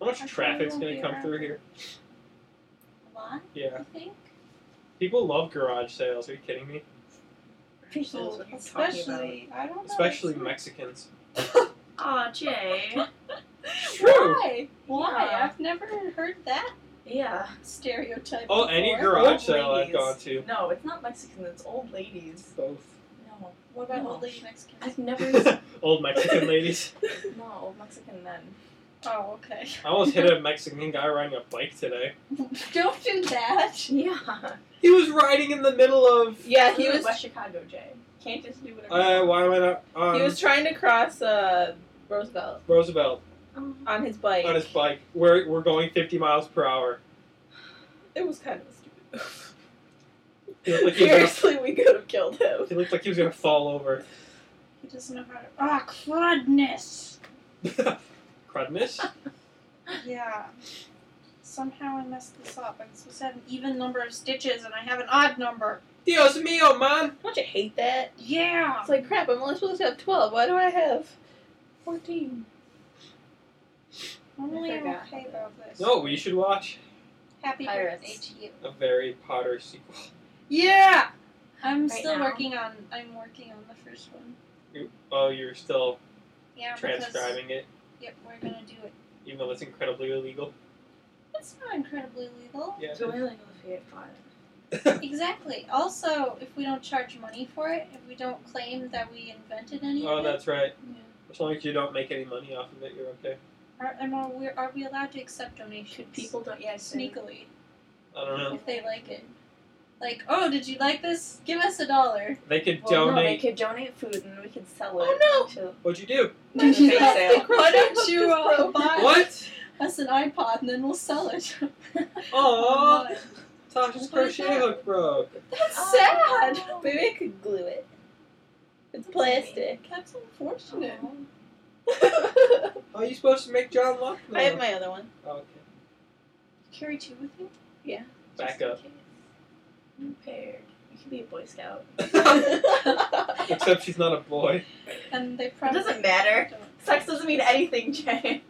S7: How much
S2: I probably
S7: traffic's
S2: won't
S7: gonna
S2: be
S7: come
S2: around.
S7: through here?
S2: A lot,
S7: Yeah.
S2: I think.
S7: People love garage sales. Are you kidding me?
S2: People,
S3: what I'm talking about.
S2: especially I don't know.
S7: Especially
S2: it's-
S7: Mexicans.
S5: Aw, Jay.
S7: True.
S2: Why? Why?
S5: Yeah.
S2: I've never heard that
S5: yeah.
S2: stereotype.
S7: Oh, any
S2: before.
S7: garage
S5: Old
S7: sale I've
S5: ladies.
S7: gone to.
S5: No, it's not Mexican. It's old ladies.
S7: Both.
S5: No,
S2: What about
S5: No.
S2: old lady Mexicans?
S5: I've never.
S7: Old Mexican ladies.
S5: no, old Mexican men.
S2: Oh, okay. *laughs*
S7: I almost hit a Mexican guy riding a bike today.
S2: don't do that.
S5: *laughs* Yeah.
S7: He was riding in the middle of.
S6: yeah, he was.
S5: West Chicago, Jay.
S6: Can't just do whatever.
S7: Uh, why am I not? Um,
S6: he was trying to cross uh, Roosevelt
S7: Roosevelt
S6: on his bike.
S7: on his bike. We're, we're going 50 miles per hour.
S6: It was kind of stupid.
S7: He looked like he was gonna,
S6: Seriously, we could have killed him.
S7: he looked like he was gonna fall over. *laughs*
S2: He doesn't know how to. Ah, crudness.
S7: Crudness?
S2: Yeah. Somehow I messed this up. I'm supposed to have an even number of stitches, and I have an odd number.
S7: Dios mio, man!
S6: Don't you hate that?
S2: Yeah.
S6: It's like crap. I'm only supposed to have twelve. Why do I have fourteen?
S2: Normally I'm
S5: forgot.
S2: okay about this.
S7: No, we should watch
S2: Happy
S5: Pirates.
S2: birthday to you.
S7: a Harry Potter sequel.
S2: Yeah. I'm
S5: Right
S2: still
S5: now?
S2: working on. I'm working on the first one.
S7: Oh, you're still
S2: Yeah. Because,
S7: transcribing it,
S2: yep, we're gonna do it.
S7: even though it's incredibly illegal.
S2: It's not incredibly legal.
S7: Yeah.
S5: So we only go if we get five.
S2: Exactly. Also, if we don't charge money for it, if we don't claim that we invented anything,
S7: *laughs* oh, that's right.
S2: Yeah.
S7: As long as you don't make any money off of it, you're okay.
S2: are, am I, we're, are we allowed to accept donations?
S5: People don't. Yeah,
S2: sneakily
S7: I don't know.
S2: if they like it. Like, oh, did you like this? Give us a dollar.
S7: They could
S5: Well, no, they
S7: donate.
S5: could donate food and then we could sell it.
S2: Oh,
S5: To,
S7: What'd you do?
S5: Did you
S2: Why
S5: say
S2: don't- Why don't you uh, buy
S7: What?
S2: us an iPod and then we'll sell it?
S7: Aww.
S2: Online.
S7: Tasha's crochet hook broke.
S2: That's
S5: Oh.
S2: sad.
S6: Maybe I could glue it. It's plastic.
S2: That's unfortunate.
S6: *laughs* I
S7: How are you supposed to make John Locke now?
S6: have my *laughs* other one.
S7: oh, okay.
S2: Carry two with you.
S7: Back up. *laughs*
S5: Impaired. You could be a Boy Scout.
S7: Except she's not a boy.
S2: And they
S5: It
S2: probably
S5: doesn't matter.
S2: don't.
S5: Sex doesn't mean anything, Jay.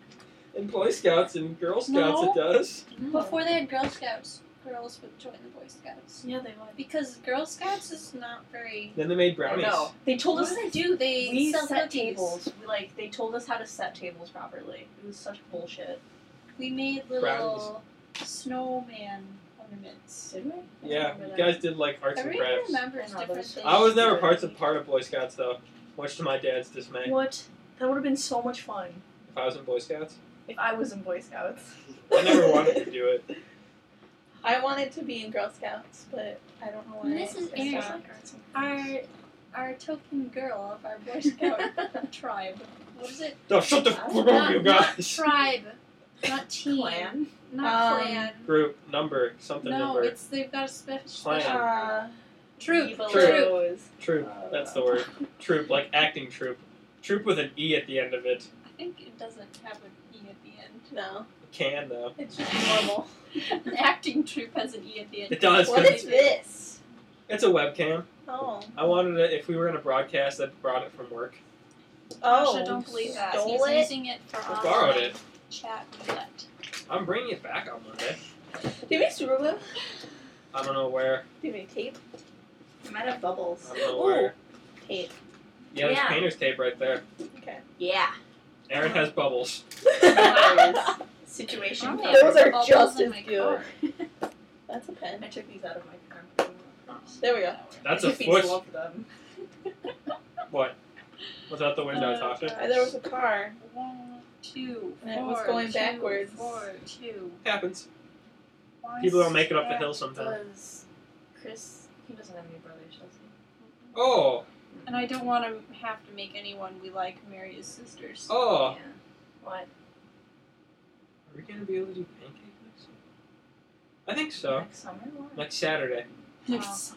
S7: In Boy Scouts and Girl Scouts,
S2: No.
S7: it does.
S2: Before they had Girl Scouts, girls would join the Boy Scouts.
S9: Yeah, they would.
S2: Because Girl Scouts is not very.
S7: Then they made brownies.
S4: No, they told
S2: What
S4: us
S2: do they do? They
S4: we
S2: sell
S4: set
S2: cookies.
S4: tables. We, Like they told us how to set tables properly. It was such bullshit.
S2: We made little snowman ornaments.
S4: Did we?
S7: Yeah, you guys did like arts and
S2: Everybody
S7: crafts.
S2: remembers
S4: I know,
S2: different
S4: those-
S2: things.
S7: I was never parts of part of Boy Scouts though, much to my dad's dismay.
S4: What? That would have been so much fun
S7: If I was in Boy Scouts,
S4: if I was in Boy Scouts.
S7: I never wanted to do it.
S6: I wanted to be in Girl Scouts, but I don't know why.
S9: This is
S6: I
S9: Erin.
S6: stopped.
S2: Our our token girl of our
S6: *laughs*
S2: Boy Scout tribe. What is it?
S7: No, shut the fuck up,
S9: Not-
S7: Oh, you
S9: not
S7: guys. *laughs*
S9: tribe,
S6: *laughs*
S9: not team,
S4: Plan.
S9: not
S6: Um,
S9: clan.
S7: Group number something
S2: no,
S7: number
S2: it's they've got a spe-
S7: Clan.
S2: special.
S6: Uh,
S9: Troop,
S4: Evil
S7: Troop.
S4: Rose.
S7: troop. That's the word. Troop, like acting troop. Troop with an e at the end of it.
S2: I think it doesn't have an e at the end.
S6: no.
S7: Can though.
S2: It's just normal.
S6: *laughs*
S2: An acting troop has an e at the end.
S7: It does.
S6: What
S7: 'cause
S6: is this?
S7: It's a webcam.
S6: Oh.
S7: I wanted it if we were gonna broadcast. I brought it from work.
S6: Oh.
S2: Gosh, I don't believe that.
S6: Stole
S2: He's
S6: it?
S2: using it for
S7: I borrowed
S2: online
S7: it.
S2: chat
S6: *laughs*
S2: roulette.
S7: I'm bringing it back on Monday.
S6: Do you make super glue?
S7: I don't know where.
S6: Do you make tape?
S4: It might have bubbles.
S7: I don't know
S6: Ooh.
S7: where.
S6: Tape.
S7: Yeah, there's
S4: Yeah.
S7: painter's tape right there.
S6: Okay.
S4: Yeah.
S7: Aaron has bubbles.
S4: Nice. *laughs* Situation.
S2: Normally I
S4: paper.
S6: Those
S2: put
S6: are
S2: bubbles
S6: just
S2: in
S6: as
S2: my
S6: good.
S2: car.
S6: That's a pen.
S4: I took these out of my car.
S6: There we go.
S7: That's
S4: I
S7: a
S4: took these
S7: foot.
S4: love them.
S7: What? Was that the window,
S2: Uh,
S7: Tasha?
S6: Uh, There was a car.
S2: One, two,
S6: And it was
S2: four,
S6: going
S2: two,
S6: backwards.
S2: Four, two.
S7: Happens.
S2: Why
S7: People don't
S2: is
S7: make it up the
S2: that-
S7: hill sometimes.
S4: Because Chris, he doesn't have any brothers, does he?
S7: Oh,
S2: And I don't want to have to make anyone we like marry his sisters. Um,
S7: oh. Are
S4: Yeah. What?
S7: we gonna be able to do pancake next? Week? I think so.
S4: Next summer? What?
S7: Next Saturday,
S2: Yes.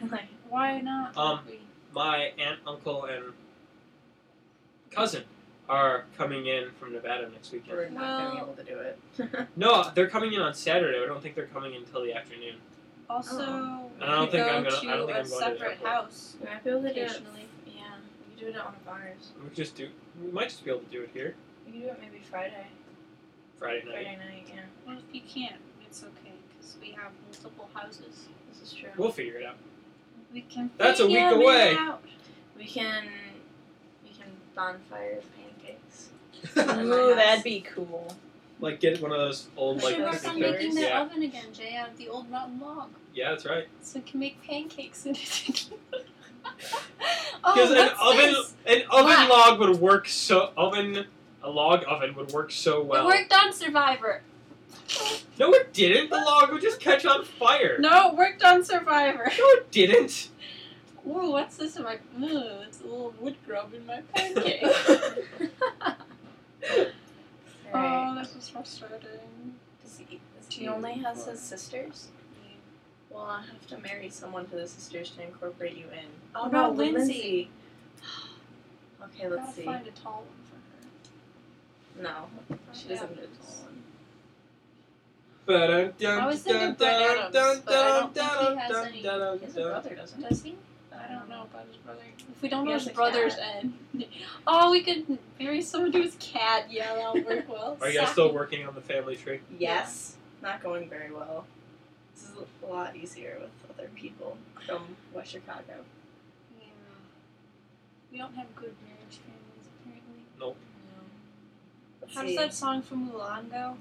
S4: *laughs* Like,
S2: Why not?
S7: Um,
S2: We-
S7: my aunt, uncle, and cousin are coming in from Nevada next weekend.
S4: we're not gonna be
S2: Well-
S4: able to do it.
S7: No, they're coming in on Saturday. I don't think they're coming in until the afternoon.
S2: Also, we
S7: I don't
S2: could
S7: think
S2: go
S7: I'm gonna- I
S2: to
S7: don't think
S2: a
S7: I'm going to the
S2: separate
S7: airport.
S2: house.
S4: we might be able to do it.
S2: Occasionally.
S4: Yeah. We could do it at one of ours.
S7: We just do. We might just be able to do it here
S4: We could do it maybe Friday.
S7: Friday night.
S4: Friday night, yeah.
S2: Well, if you can't, it's okay because we have multiple houses.
S4: This is true.
S7: We'll figure it out.
S2: We can.
S7: That's a week
S2: figure it
S7: away.
S2: out.
S4: We can we can bonfire pancakes.
S6: Ooh, that'd be cool.
S7: *laughs* like get one of those old
S2: We
S7: like.
S2: should work
S7: cookie
S2: on
S7: cutters.
S2: making that
S7: yeah,
S2: oven again, Jay, out of the old mountain log,
S7: yeah, that's right.
S2: so we can make pancakes *laughs* in it.
S7: *laughs* Because
S2: oh,
S7: an
S2: what's
S7: oven,
S2: this?
S7: an oven
S2: Black.
S7: log would work so oven, a log oven would work so well.
S2: It worked on Survivor.
S7: No, it didn't. The log would just catch on fire.
S2: No, it worked on Survivor.
S7: No, it didn't.
S2: Ooh, what's this in my? Ooh, it's a little wood grub in my
S7: *laughs*
S2: pancake.
S4: Alright.
S2: oh, this is frustrating.
S4: Does he, does he only has his sisters? Well, I'll have to marry someone to the sisters to incorporate you in. Oh
S2: What
S4: no,
S2: about Lindsay?
S4: Okay,
S2: Gotta
S4: let's see.
S2: find a tall one for
S4: No,
S2: her.
S4: she
S2: Yeah.
S4: doesn't do a tall one.
S2: I was thinking Brett Adams, but I don't think he has any-
S7: dun,
S4: His
S7: dun.
S4: brother doesn't.
S2: Does he? I don't know about his brother. If we don't
S4: He
S2: know
S4: has
S2: his
S4: a
S2: brother's end. *laughs* Oh, we could marry someone who's cat. Yeah, that'll work well.
S7: Are you guys
S2: Saki.
S7: still working on the family tree?
S4: Yes, not going very well. This is a lot easier with other people from West Chicago.
S2: Yeah. We don't have good marriage families, apparently. *laughs*
S7: *laughs*
S4: Let's
S2: How
S4: see.
S2: does that song from Mulan go?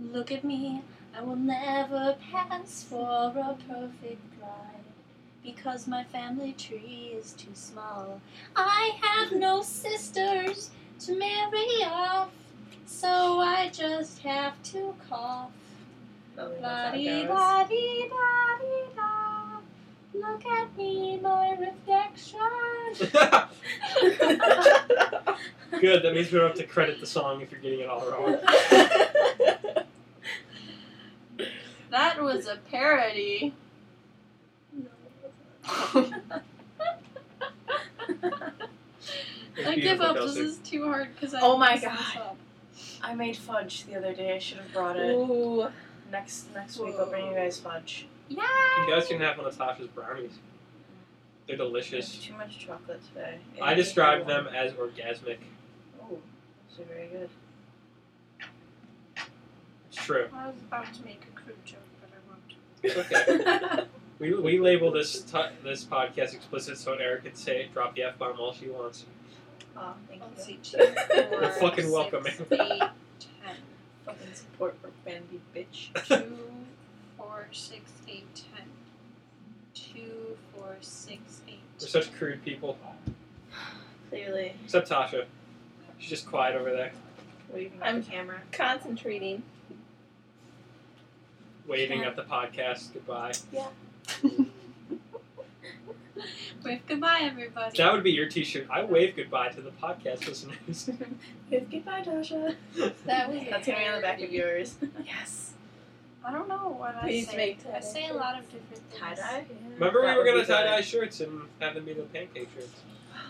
S2: Look at me, I will never pass for a perfect bride. Because my family tree is too small. I have no sisters to marry off, so I just have to cough.
S4: Probably
S2: La
S4: knows Oh, how it
S2: dee
S4: goes.
S2: da dee da dee da. Look at me, my reflection.
S7: Good. That means we don't have to credit the song if you're getting it all
S2: *laughs*
S7: wrong.
S2: That was a parody.
S7: It's
S2: I give
S7: beautiful,
S2: up.
S7: Kelsey.
S2: This is too hard because I.
S4: Oh my
S2: messed this
S4: God.
S2: up.
S4: I made fudge the other day. I should have brought it.
S6: Ooh.
S4: Next next week I'll bring you guys fudge.
S2: Yeah.
S7: You guys can have one of Tasha's brownies. They're delicious.
S4: Too much chocolate today.
S7: I describe them as orgasmic.
S4: Oh, those are very good.
S7: It's true.
S2: I was about to make a crude joke, but I won't.
S3: *laughs*
S7: Okay.
S4: *laughs*
S7: We, we label this t- this podcast explicit so Eric can say drop the f bomb all she wants.
S3: Oh, thank you.
S7: You're fucking welcome,
S3: six,
S7: man.
S3: eight,
S7: *laughs*
S3: ten. Fucking support for Bandy, bitch.
S7: Two,
S2: four, six, eight, ten. Two, four, six, eight.
S7: We're such crude people.
S3: Clearly,
S7: Except Tasha. She's just quiet over there,
S3: waving at
S10: I'm-
S3: the camera.
S10: Concentrating.
S7: waving at the podcast goodbye.
S2: Wave goodbye, everybody.
S7: That would be your T-shirt. I wave goodbye to the podcast listeners. *laughs*
S3: Wave goodbye, Tasha.
S2: That was
S3: That's gonna be on the back of
S2: you. *laughs*
S3: yours. yes.
S2: I don't know what I
S3: Please
S2: say.
S3: make
S2: I say a lot of different things.
S3: Tie dye.
S7: Remember we
S3: That
S7: were
S3: would
S7: gonna
S3: be good.
S7: tie dye shirts and have them be the pancake shirts.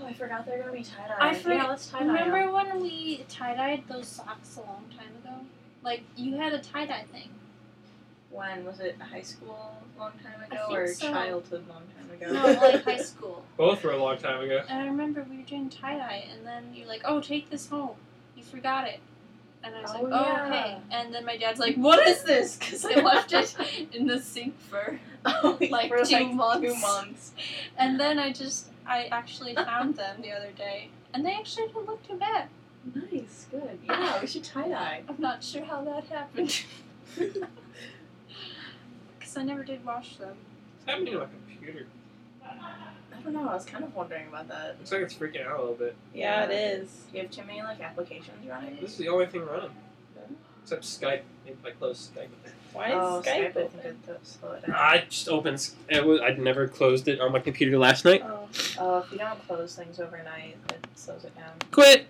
S3: Oh, I forgot they're gonna be tie dye.
S2: I forgot-
S3: Yeah, let's tie dye.
S2: Remember when we tie dyed those socks a long time ago? Like you had a tie dye thing.
S3: When was it? High school, long time ago,
S2: think
S3: or
S2: so.
S3: childhood, long time ago?
S2: No, like
S3: *laughs*
S2: high school.
S7: Both were a long time ago.
S2: And I remember we were doing tie dye, and then you're like, "Oh, take this home. You forgot it." And I was
S3: Oh,
S2: like, "Oh,
S3: yeah.
S2: okay." And then my dad's like, "What is this?" Because I left
S3: *laughs*
S2: it in the sink for like
S3: Oh, For,
S2: two
S3: like,
S2: months.
S3: Two months.
S2: And then I just, I actually found them the other day, and they actually didn't look too bad.
S3: Nice, good. Yeah, we should tie dye.
S2: I'm not sure how that
S3: *laughs*
S2: happened. Because I never did wash them.
S7: What's happening to my computer?
S3: I don't know. I was kind of wondering about that.
S7: Looks like it's freaking out a little bit.
S3: Yeah, it
S6: is.
S3: Do you have too many like applications running?
S7: This is the only thing running. Except Skype. Maybe if I close Skype.
S6: Why is
S3: oh,
S6: Skype?
S3: I
S6: open?
S3: think it does slow it down.
S7: I just opened. It was, I'd never closed it on my computer last night.
S6: Oh.
S3: Oh, if you don't close things overnight, it slows it down.
S7: Quit.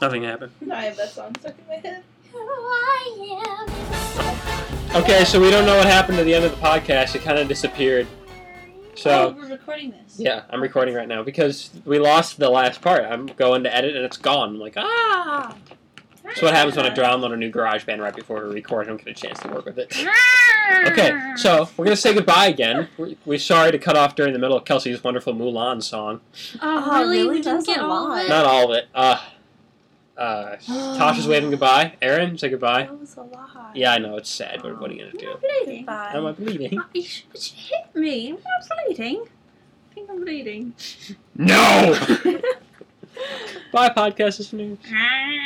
S7: Nothing happened.
S6: No, I have that song stuck in my head.
S7: Okay, so we don't know what happened to the end of the podcast. It kind of disappeared.
S2: oh,
S7: So
S2: we're recording this.
S7: yeah, I'm recording right now because we lost the last part. I'm going to edit and it's gone. I'm like, ah. So what happens when I download a new GarageBand right before we record? I don't get a chance to work with it. *laughs* Okay, so we're gonna say goodbye again. We- We're sorry to cut off during the middle of Kelsey's wonderful Mulan song.
S2: Oh,
S3: Oh,
S2: really?
S3: really?
S2: We didn't
S3: That's a
S2: get all of
S3: lot.
S2: it?
S7: Not all of it. Uh,
S4: *gasps*
S7: uh, Tasha's waving goodbye. Aaron, say
S1: Ah!
S7: goodbye.
S2: That was a lot.
S7: Yeah, I know it's sad, but what are you gonna do?
S4: Bleeding.
S7: Am I bleeding?
S4: *laughs* You should you hit me. I'm not bleeding. I think I'm bleeding. *laughs*
S7: No. Bye, podcast listeners.
S4: Ah.